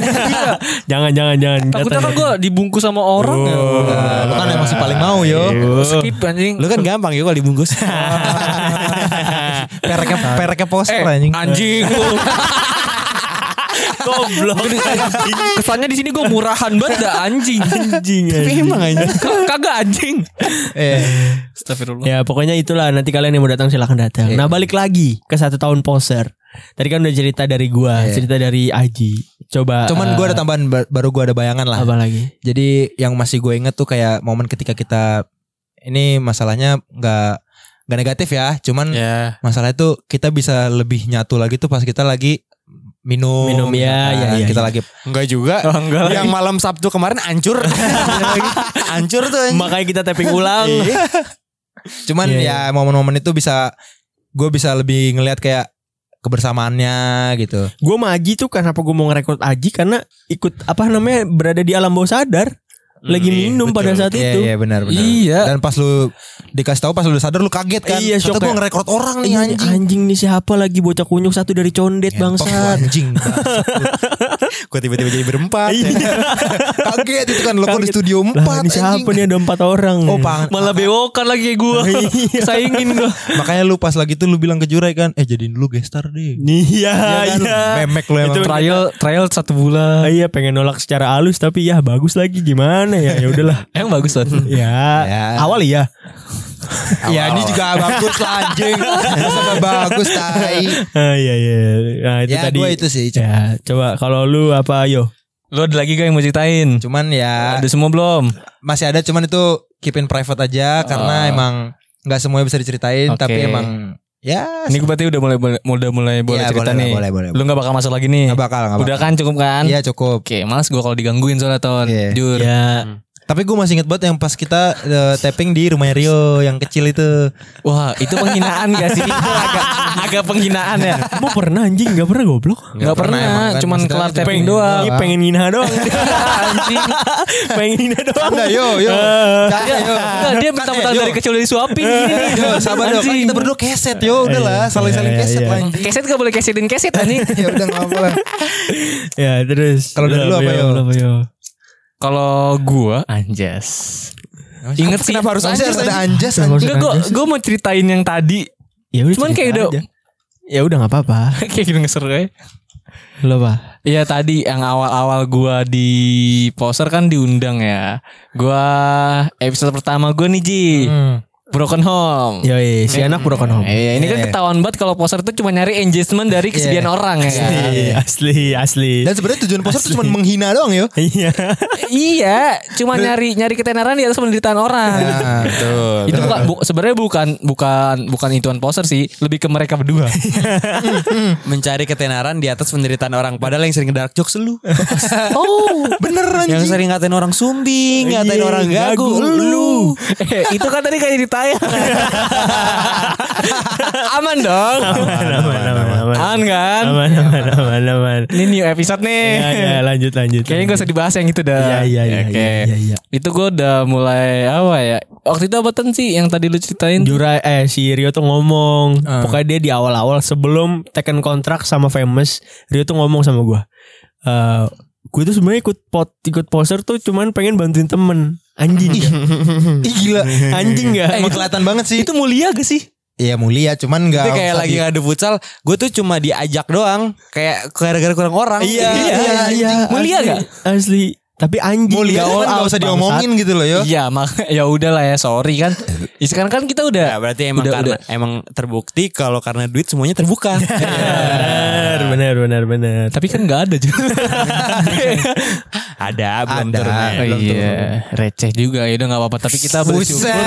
Speaker 2: jangan jangan jangan.
Speaker 1: Takutnya
Speaker 2: Datang
Speaker 1: kan
Speaker 2: ya.
Speaker 1: gue dibungkus sama orang. ya.
Speaker 3: Nah, lu kan emang si paling mau yo.
Speaker 1: Gua Skip anjing.
Speaker 4: lu kan gampang ya kalau dibungkus.
Speaker 3: Pereknya pereknya poster
Speaker 1: Eh,
Speaker 3: anjing.
Speaker 1: anjing. lu. Goblok. Kesannya di sini gue murahan banget dah anjing. Anjing.
Speaker 4: Tapi emang
Speaker 1: (laughs)
Speaker 4: aja.
Speaker 1: Iya. Kagak anjing.
Speaker 3: Eh,
Speaker 2: Iya.
Speaker 1: Astagfirullah.
Speaker 2: Ya pokoknya itulah nanti kalian yang mau datang silahkan datang.
Speaker 3: Iya.
Speaker 2: Nah balik lagi ke satu tahun poser. Tadi kan udah cerita dari gua,
Speaker 3: Iya.
Speaker 2: cerita dari Aji. Coba. eh,
Speaker 3: cuman gue ada tambahan ba- baru gue ada bayangan lah.
Speaker 2: apa
Speaker 3: (laughs)
Speaker 2: lagi?
Speaker 3: Jadi yang masih gue inget tuh kayak momen ketika kita ini masalahnya nggak nggak negatif ya, cuman
Speaker 2: Iya.
Speaker 4: Ya.
Speaker 3: masalah itu kita bisa lebih nyatu lagi tuh pas kita lagi minum
Speaker 2: Minum, ya,
Speaker 3: Nah,
Speaker 2: ya, ya,
Speaker 3: kita
Speaker 2: ya.
Speaker 3: lagi
Speaker 4: Enggak juga. Yang malam Sabtu kemarin hancur. hancur tuh. anjing.
Speaker 2: Makanya kita tapping
Speaker 3: (laughs)
Speaker 2: ulang.
Speaker 3: Cuman
Speaker 2: Iya,
Speaker 3: ya momen-momen itu bisa gue bisa lebih ngelihat kayak kebersamaannya gitu.
Speaker 2: Gue sama Aji tuh kenapa gue mau ngerekrut Aji karena ikut apa namanya berada di alam bawah sadar. lagi minum pada
Speaker 3: Betul.
Speaker 2: saat
Speaker 3: Hmm, Iya,
Speaker 2: itu.
Speaker 3: Iya benar benar.
Speaker 1: Iya.
Speaker 3: Dan pas lu dikasih tahu pas lu sadar lu kaget kan.
Speaker 2: Iya,
Speaker 3: Kata
Speaker 2: shock
Speaker 3: gue
Speaker 2: ya.
Speaker 3: ngerekrut orang nih
Speaker 2: Iya,
Speaker 3: anjing.
Speaker 2: anjing nih siapa lagi bocah kunyuk satu dari condet
Speaker 3: Ngentot lu,
Speaker 2: bangsat.
Speaker 3: anjing. Gue tiba-tiba jadi berempat. ya. (laughs) Kaget itu kan lo kok di
Speaker 2: Iya. Kaget.
Speaker 3: studio
Speaker 2: Lah,
Speaker 3: empat.
Speaker 2: ini siapa
Speaker 3: anjing.
Speaker 2: nih ada empat orang.
Speaker 3: Oh, pang-
Speaker 2: Malah bewokan lagi kayak (laughs) gua. Saingin gua.
Speaker 3: Makanya lu pas lagi itu lu bilang ke Jurai kan, eh jadiin lu gestar deh.
Speaker 2: Iya,
Speaker 3: Iya kan?
Speaker 2: iya.
Speaker 3: Memek lu emang.
Speaker 2: Itu- (laughs)
Speaker 1: Trial trial satu bulan.
Speaker 2: Ah, iya pengen nolak secara halus tapi ya bagus lagi gimana ya ya (laughs) udahlah.
Speaker 1: Emang bagus loh.
Speaker 2: ya,
Speaker 3: Ya.
Speaker 2: awal iya. (laughs)
Speaker 3: Ya ini juga bagus lah anjing. Sama bagus tai.
Speaker 2: Ah, iya iya. Nah, itu
Speaker 3: Ya
Speaker 2: tadi.
Speaker 3: gue itu sih. cuman-
Speaker 2: Ya, coba kalau lu apa yo?
Speaker 1: Lu ada lagi gak yang mau ceritain?
Speaker 3: Cuman ya
Speaker 1: Ada semua belum?
Speaker 3: masih ada cuman itu keep in private aja karena
Speaker 1: Oh.
Speaker 3: emang nggak semuanya bisa diceritain
Speaker 1: Oke.
Speaker 3: tapi emang ya
Speaker 1: Ini berarti udah mulai mulai udah mulai boleh
Speaker 3: ya,
Speaker 1: cerita
Speaker 3: boleh,
Speaker 1: nih.
Speaker 3: Boleh boleh.
Speaker 1: Lu gak bakal masuk lagi nih.
Speaker 3: Nggak bakal nggak
Speaker 1: Udah
Speaker 3: bakal.
Speaker 1: kan cukup kan?
Speaker 3: Iya cukup.
Speaker 1: Oke, males gua kalau digangguin soalnya ton.
Speaker 3: Iya.
Speaker 1: Jujur.
Speaker 2: Ya,
Speaker 3: Tapi gue masih inget banget yang pas kita eh, tapping di rumah Rio yang kecil itu.
Speaker 1: Wah, itu penghinaan gak sih? agak, agak penghinaan ya.
Speaker 2: mau pernah anjing nggak pernah goblok?
Speaker 1: Gak, pernah,
Speaker 3: emang kan.
Speaker 1: cuman
Speaker 3: Maksudnya
Speaker 1: kelar
Speaker 3: kita
Speaker 1: tapping
Speaker 3: pengen gitu.
Speaker 1: doang.
Speaker 2: Ini pengen ngina doang.
Speaker 1: (laughs) Anjing.
Speaker 2: pengen ngina doang.
Speaker 3: Enggak yo yo. Canda, yo.
Speaker 1: Iya. Enggak, dia minta minta
Speaker 3: Yo.
Speaker 1: dari kecil dari
Speaker 3: (laughs)
Speaker 1: suapin.
Speaker 3: Yo, sabar dong. Kan
Speaker 1: Anjing.
Speaker 3: kita berdua keset yo, udahlah saling-saling
Speaker 2: Iya, iya,
Speaker 3: keset
Speaker 2: iya.
Speaker 3: lah. anjing.
Speaker 1: Keset gak boleh kesetin keset anjing.
Speaker 3: (laughs) Ya udah enggak boleh.
Speaker 2: Ya, terus.
Speaker 3: Kalau dari lu apa, Yo?
Speaker 2: lu apa, yo?
Speaker 1: Kalau gua anjas. Ingat sih harus
Speaker 3: Harusnya harus ada anjas
Speaker 2: Kenapa
Speaker 3: anjing.
Speaker 1: Enggak, gua gua mau ceritain yang tadi. (laughs)
Speaker 2: Ya udah
Speaker 1: Cuman
Speaker 2: cerita
Speaker 1: kayak udah-
Speaker 2: aja. Ya udah nggak apa-apa.
Speaker 1: Kayak gitu ngeser gue.
Speaker 2: Lo apa?
Speaker 1: Iya tadi yang awal-awal gua di poser kan diundang ya. Gua episode pertama gua nih Ji.
Speaker 3: Hmm.
Speaker 1: Broken Home.
Speaker 2: Yo, Iya, eh, si anak broken home.
Speaker 1: Iya, ini kan
Speaker 3: Iya.
Speaker 1: ketahuan banget kalau poser tuh cuma nyari engagement dari kesedihan orang ya. kan?
Speaker 2: Iya, Asli, asli.
Speaker 3: Dan sebenarnya tujuan poster tuh cuma menghina doang yo.
Speaker 2: Iya.
Speaker 1: iya, cuma nyari nyari ketenaran di atas penderitaan orang.
Speaker 2: Iya,
Speaker 3: Nah, betul.
Speaker 1: itu bukan bu- sebenarnya bukan bukan bukan ituan poser sih, lebih ke mereka
Speaker 2: (laughs)
Speaker 1: berdua.
Speaker 4: Mencari ketenaran di atas penderitaan orang. Padahal yang sering dark jokes lu.
Speaker 1: oh,
Speaker 3: Bener anjing.
Speaker 4: yang sering ngatain orang sumbing, ngatain
Speaker 2: Iya,
Speaker 4: orang gagu.
Speaker 2: gagu,
Speaker 4: Lu.
Speaker 1: (laughs) eh, itu kan tadi kayak ditayang. aman dong.
Speaker 2: (laughs) Aman, aman, aman, aman.
Speaker 1: Aman kan?
Speaker 2: Aman, aman, aman, aman. (laughs)
Speaker 1: Ini new episode nih.
Speaker 2: Ya, ya, lanjut, lanjut.
Speaker 1: Kayaknya
Speaker 2: lanjut.
Speaker 1: gak usah dibahas yang itu dah.
Speaker 2: Iya, iya, iya,
Speaker 1: Oke.
Speaker 2: iya, iya, iya.
Speaker 1: Itu gue udah mulai apa ya? Waktu itu abatan sih yang tadi lu ceritain.
Speaker 2: Jura eh si Rio tuh ngomong
Speaker 3: Ah.
Speaker 2: pokoknya dia di awal-awal sebelum taken kontrak sama famous Rio tuh ngomong sama gua Eh gue tuh sebenarnya ikut pot ikut poster tuh cuman pengen bantuin temen anjing
Speaker 3: (laughs)
Speaker 2: nggak?
Speaker 3: Ih gila.
Speaker 2: anjing ya? nggak
Speaker 3: Emang kelihatan banget sih.
Speaker 1: itu mulia gak sih?
Speaker 3: Iya mulia cuman enggak
Speaker 4: Itu kayak lagi ngadu futsal, gue tuh cuma diajak doang, kayak gara-gara kurang orang. (laughs)
Speaker 3: Iya, iya, iya.
Speaker 1: Mulia
Speaker 2: asli,
Speaker 1: nggak?
Speaker 2: asli tapi anjing
Speaker 3: mulia
Speaker 2: nggak all
Speaker 3: cuman
Speaker 2: out,
Speaker 3: enggak kan usah
Speaker 2: bangsat.
Speaker 3: diomongin gitu loh yo.
Speaker 1: Iya, mak ya udahlah ya, sorry kan. Ya, sekarang kan kita udah
Speaker 4: Ya, berarti emang
Speaker 1: Udah,
Speaker 4: karena emang terbukti kalau karena duit semuanya terbuka.
Speaker 2: benar
Speaker 4: Iya.
Speaker 2: benar benar benar
Speaker 1: tapi kan nggak ada juga.
Speaker 4: Ada
Speaker 1: (laughs)
Speaker 4: belum
Speaker 3: Ada.
Speaker 4: turun.
Speaker 3: Eh, belum
Speaker 1: iya, receh juga. Ya udah nggak apa-apa, tapi kita bersyukur.
Speaker 3: Buset, eh,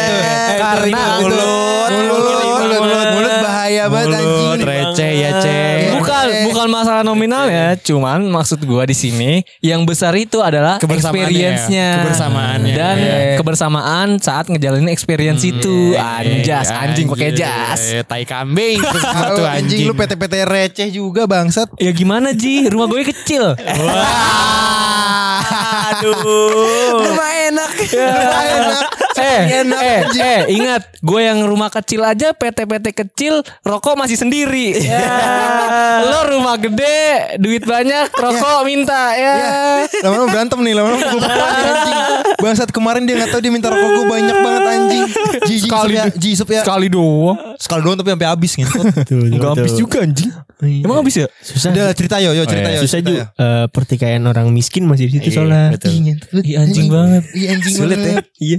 Speaker 3: tuh.
Speaker 1: Karena
Speaker 3: mulut,
Speaker 1: ada-
Speaker 3: Iya, mulut, mulut, mulut, mulut bahaya banget anjing.
Speaker 4: Mulut receh ya ceng.
Speaker 1: Bukan bukan masalah nominal ya, cuman maksud gua di sini yang besar itu adalah
Speaker 4: Kebersamaannya. ya.
Speaker 1: experience-nya.
Speaker 4: Kebersamaannya.
Speaker 1: Dan
Speaker 4: Iya. Hmm.
Speaker 1: kebersamaan saat ngejalanin experience itu.
Speaker 4: iya.
Speaker 1: Anjas, anjing pakai jas.
Speaker 4: Eh, Tai kambing.
Speaker 3: Tahu,
Speaker 4: Satu
Speaker 3: anjing
Speaker 4: anjing.
Speaker 3: lu PT-PT receh juga bangsat.
Speaker 1: Ya
Speaker 4: iya.
Speaker 1: gimana Ji? Rumah gue kecil.
Speaker 4: Aduh. Rumah (laughs) enak.
Speaker 3: Enak.
Speaker 1: eh,
Speaker 3: Enak,
Speaker 1: eh,
Speaker 3: anjing.
Speaker 1: eh, ingat, gue yang rumah kecil aja, PT-PT kecil, rokok masih sendiri.
Speaker 4: Iya.
Speaker 1: Ya. (laughs) Lo rumah gede, duit banyak, rokok minta ya.
Speaker 4: Iya.
Speaker 3: Ya, lama-lama berantem nih, lama-lama pukul-pukulan nih, anjing. Bangsat kemarin dia nggak tahu dia minta rokok gue banyak banget anjing. Ji, Ji,
Speaker 1: Sekali-
Speaker 3: Ji, Ji, sup ya.
Speaker 1: Sekali doang.
Speaker 3: Sekali doang tapi sampai habis gitu.
Speaker 2: Nggak habis juga
Speaker 1: anjing. Emang habis ya?
Speaker 2: susah
Speaker 3: Udah lah, cerita yo, yo cerita yo.
Speaker 2: susah
Speaker 3: cerita, ya? Iya, yo.
Speaker 2: juga eh, pertikaian orang miskin masih di situ soalnya
Speaker 1: Ih, anjing banget.
Speaker 3: Iya anjing
Speaker 2: Sulit ya. Iya.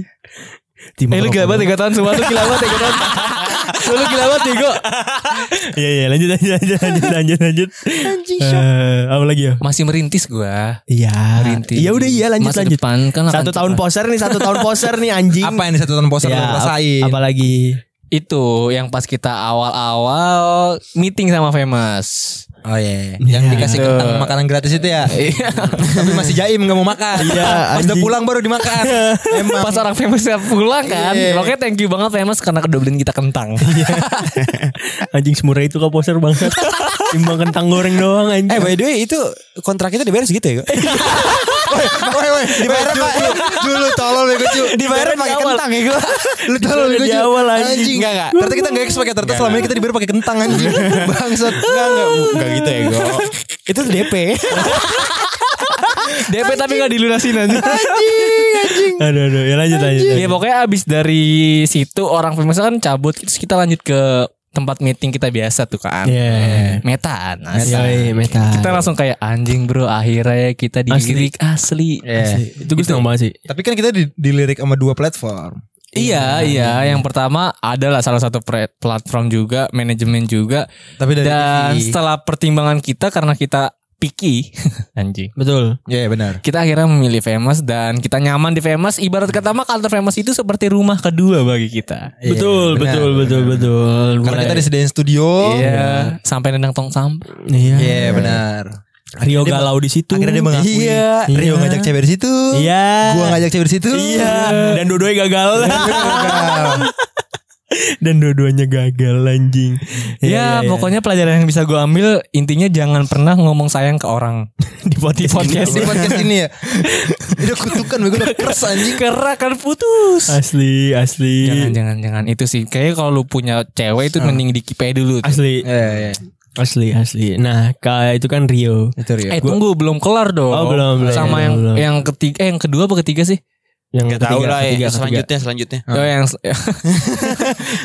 Speaker 1: Eh lu gila banget 3 tahun semua Lu gila banget 3 tahun Lu gila
Speaker 3: ya,
Speaker 1: banget Diego
Speaker 2: Iya iya lanjut lanjut lanjut lanjut lanjut lanjut. Eh, apa lagi ya?
Speaker 1: (laughs) Masih merintis gua
Speaker 2: Iya.
Speaker 1: Merintis
Speaker 2: Iya udah iya lanjut
Speaker 1: Masa
Speaker 2: lanjut.
Speaker 1: depan kan akan
Speaker 2: satu tahun
Speaker 1: cepat.
Speaker 2: poser nih satu tahun poser nih anjing.
Speaker 3: Apa yang di satu tahun poster
Speaker 2: Ya,
Speaker 3: lu rasain?
Speaker 2: Apalagi
Speaker 1: Itu Yang pas kita awal-awal Meeting sama Famous
Speaker 3: Oh iya, yang
Speaker 2: Iya.
Speaker 3: dikasih kentang makanan gratis itu ya. Tapi masih jaim nggak mau makan.
Speaker 2: Iya,
Speaker 3: Pas (laughs) udah
Speaker 2: anjing.
Speaker 3: pulang baru dimakan. (laughs) Emang.
Speaker 1: Pas orang Famous pulang kan
Speaker 3: Iya.
Speaker 1: Makanya thank you banget Famous Karena udah beliin kita kentang (laughs)
Speaker 2: anjing semurah itu kok poser bangsat. Timbang kentang goreng doang anjing.
Speaker 4: Eh by the way itu kontrak itu dibayar segitu ya?
Speaker 3: Woi, woi, dibayar Pak. Dulu tolol ya, lu Ju.
Speaker 4: Dibayarnya pakai kentang ya gue.
Speaker 3: Lu tolol lu
Speaker 2: Di
Speaker 3: Ju.
Speaker 2: awal, anjing.
Speaker 3: Anjing.
Speaker 4: Enggak, enggak.
Speaker 3: Ternyata kita enggak expect ya, ternyata selama ini kita dibayar pakai kentang
Speaker 4: (laughs)
Speaker 3: anjing. Bangsat.
Speaker 4: Enggak, enggak, enggak gitu ya gue.
Speaker 2: Itu DP.
Speaker 1: DP tapi gak dilunasin aja.
Speaker 2: aduh aduh ya lanjut lanjut.
Speaker 1: Ya pokoknya abis dari situ orang famous kan cabut terus kita lanjut ke tempat meeting kita biasa tuh kan.
Speaker 2: Iya.
Speaker 1: Metaan. asli.
Speaker 2: Yoi, meta.
Speaker 1: Kita langsung kayak anjing bro akhirnya kita dilirik asli. Iya.
Speaker 3: ya.
Speaker 2: Asli. Itu gue seneng banget sih.
Speaker 3: Tapi kan kita di- dilirik sama dua platform.
Speaker 1: Iya iya yang pertama adalah salah satu pre- platform juga manajemen juga
Speaker 3: Tapi dari
Speaker 1: dan
Speaker 3: TV.
Speaker 1: setelah pertimbangan kita karena kita picky (laughs) anjing
Speaker 2: Betul.
Speaker 3: Iya, benar.
Speaker 1: kita akhirnya memilih famous dan kita nyaman di famous ibarat kata mah kantor famous itu seperti rumah kedua bagi kita
Speaker 3: Iya,
Speaker 2: betul,
Speaker 3: benar.
Speaker 2: betul, betul, betul,
Speaker 3: Karena
Speaker 2: Mulai-
Speaker 3: kita disediain studio.
Speaker 1: iya sampai nendang tong sampah
Speaker 2: Iya.
Speaker 3: Iya, benar.
Speaker 2: Rio galau di situ.
Speaker 3: Akhirnya dia ya. mengakui.
Speaker 2: Iya.
Speaker 3: Rio ngajak cewek di situ.
Speaker 2: Iya.
Speaker 3: Gua ngajak cewek di situ. Iya.
Speaker 2: Iya. Dan dua-duanya gagal. (laughs) Dan dua-duanya gagal anjing. Iya, iya,
Speaker 1: Ya,
Speaker 2: iya.
Speaker 1: pokoknya pelajaran yang bisa gue ambil intinya jangan pernah ngomong sayang ke orang
Speaker 2: di podcast,
Speaker 1: podcast
Speaker 3: Di podcast ini ya. Udah kutukan gue udah keras anjing.
Speaker 1: Kerah akan putus.
Speaker 2: Asli, asli.
Speaker 1: Jangan jangan jangan itu sih. Kayaknya kalau lu punya cewek itu mending di KPI dulu. tuh.
Speaker 2: Asli,
Speaker 3: Iya, iya.
Speaker 2: asli, asli. Nah, kayak itu kan Rio.
Speaker 3: Itu Rio.
Speaker 1: Eh tunggu belum kelar dong.
Speaker 2: Oh, belum, belum,
Speaker 1: Sama
Speaker 2: belum,
Speaker 1: yang
Speaker 2: belum.
Speaker 1: yang ketiga eh yang kedua apa ketiga sih?
Speaker 2: Yang
Speaker 4: Enggak tahu lah ya. Selanjutnya, selanjutnya.
Speaker 2: Ah.
Speaker 1: Oh yang
Speaker 2: (laughs)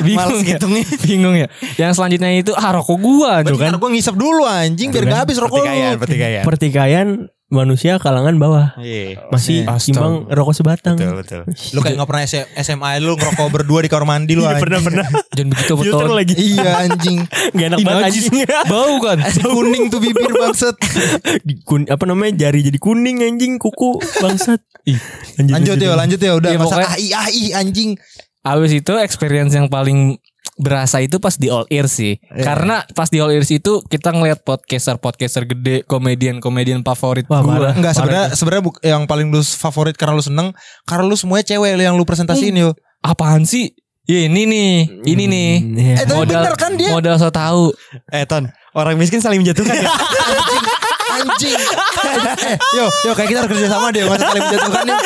Speaker 1: bingung ya. (laughs) bingung ya. Yang selanjutnya itu ah rokok gua
Speaker 2: (laughs)
Speaker 1: tuh
Speaker 3: Bentar
Speaker 1: kan.
Speaker 3: gue ngisap dulu anjing biar gak habis rokok
Speaker 4: Pertikaian,
Speaker 3: lu.
Speaker 4: pertikaian.
Speaker 2: Pertikaian manusia kalangan bawah
Speaker 4: Iya.
Speaker 2: masih
Speaker 3: Iya.
Speaker 2: imbang rokok sebatang.
Speaker 4: Betul, betul.
Speaker 3: Lu kayak gak pernah S- SMA lu ngerokok berdua di kamar mandi lu anjing.
Speaker 2: pernah.
Speaker 1: Jangan begitu
Speaker 2: Filter
Speaker 1: betul.
Speaker 2: lagi.
Speaker 3: (laughs) Iya anjing.
Speaker 2: Gak enak banget anjing.
Speaker 1: (laughs) Bau
Speaker 2: (laughs)
Speaker 1: kan.
Speaker 3: Kuning tuh bibir bangset.
Speaker 2: Di kun- apa namanya jari jadi kuning anjing kuku bangsat. Ih, lanjut,
Speaker 3: Lanjut ya, lanjut ya udah
Speaker 1: Iya,
Speaker 3: masa
Speaker 1: pokoknya-
Speaker 3: ai ai anjing.
Speaker 1: Abis itu experience yang paling berasa itu pas di All Ears sih.
Speaker 2: Iya.
Speaker 1: Karena pas di All Ears itu kita ngeliat podcaster-podcaster gede, komedian-komedian favorit
Speaker 2: Wah,
Speaker 1: gua.
Speaker 2: parah.
Speaker 3: Enggak sebenarnya sebenarnya buk- yang paling lu favorit karena lu seneng karena lu semuanya cewek lu yang lu presentasiin yo.
Speaker 1: Apaan sih? Ya ini nih, ini nih.
Speaker 2: iya.
Speaker 3: Eh, tapi bener kan dia?
Speaker 1: Modal so tau.
Speaker 4: Eh Ton, orang miskin saling menjatuhkan ya.
Speaker 3: Anjing. eh, yo, yo kayak kita harus kerja sama deh masa saling menjatuhkan nih.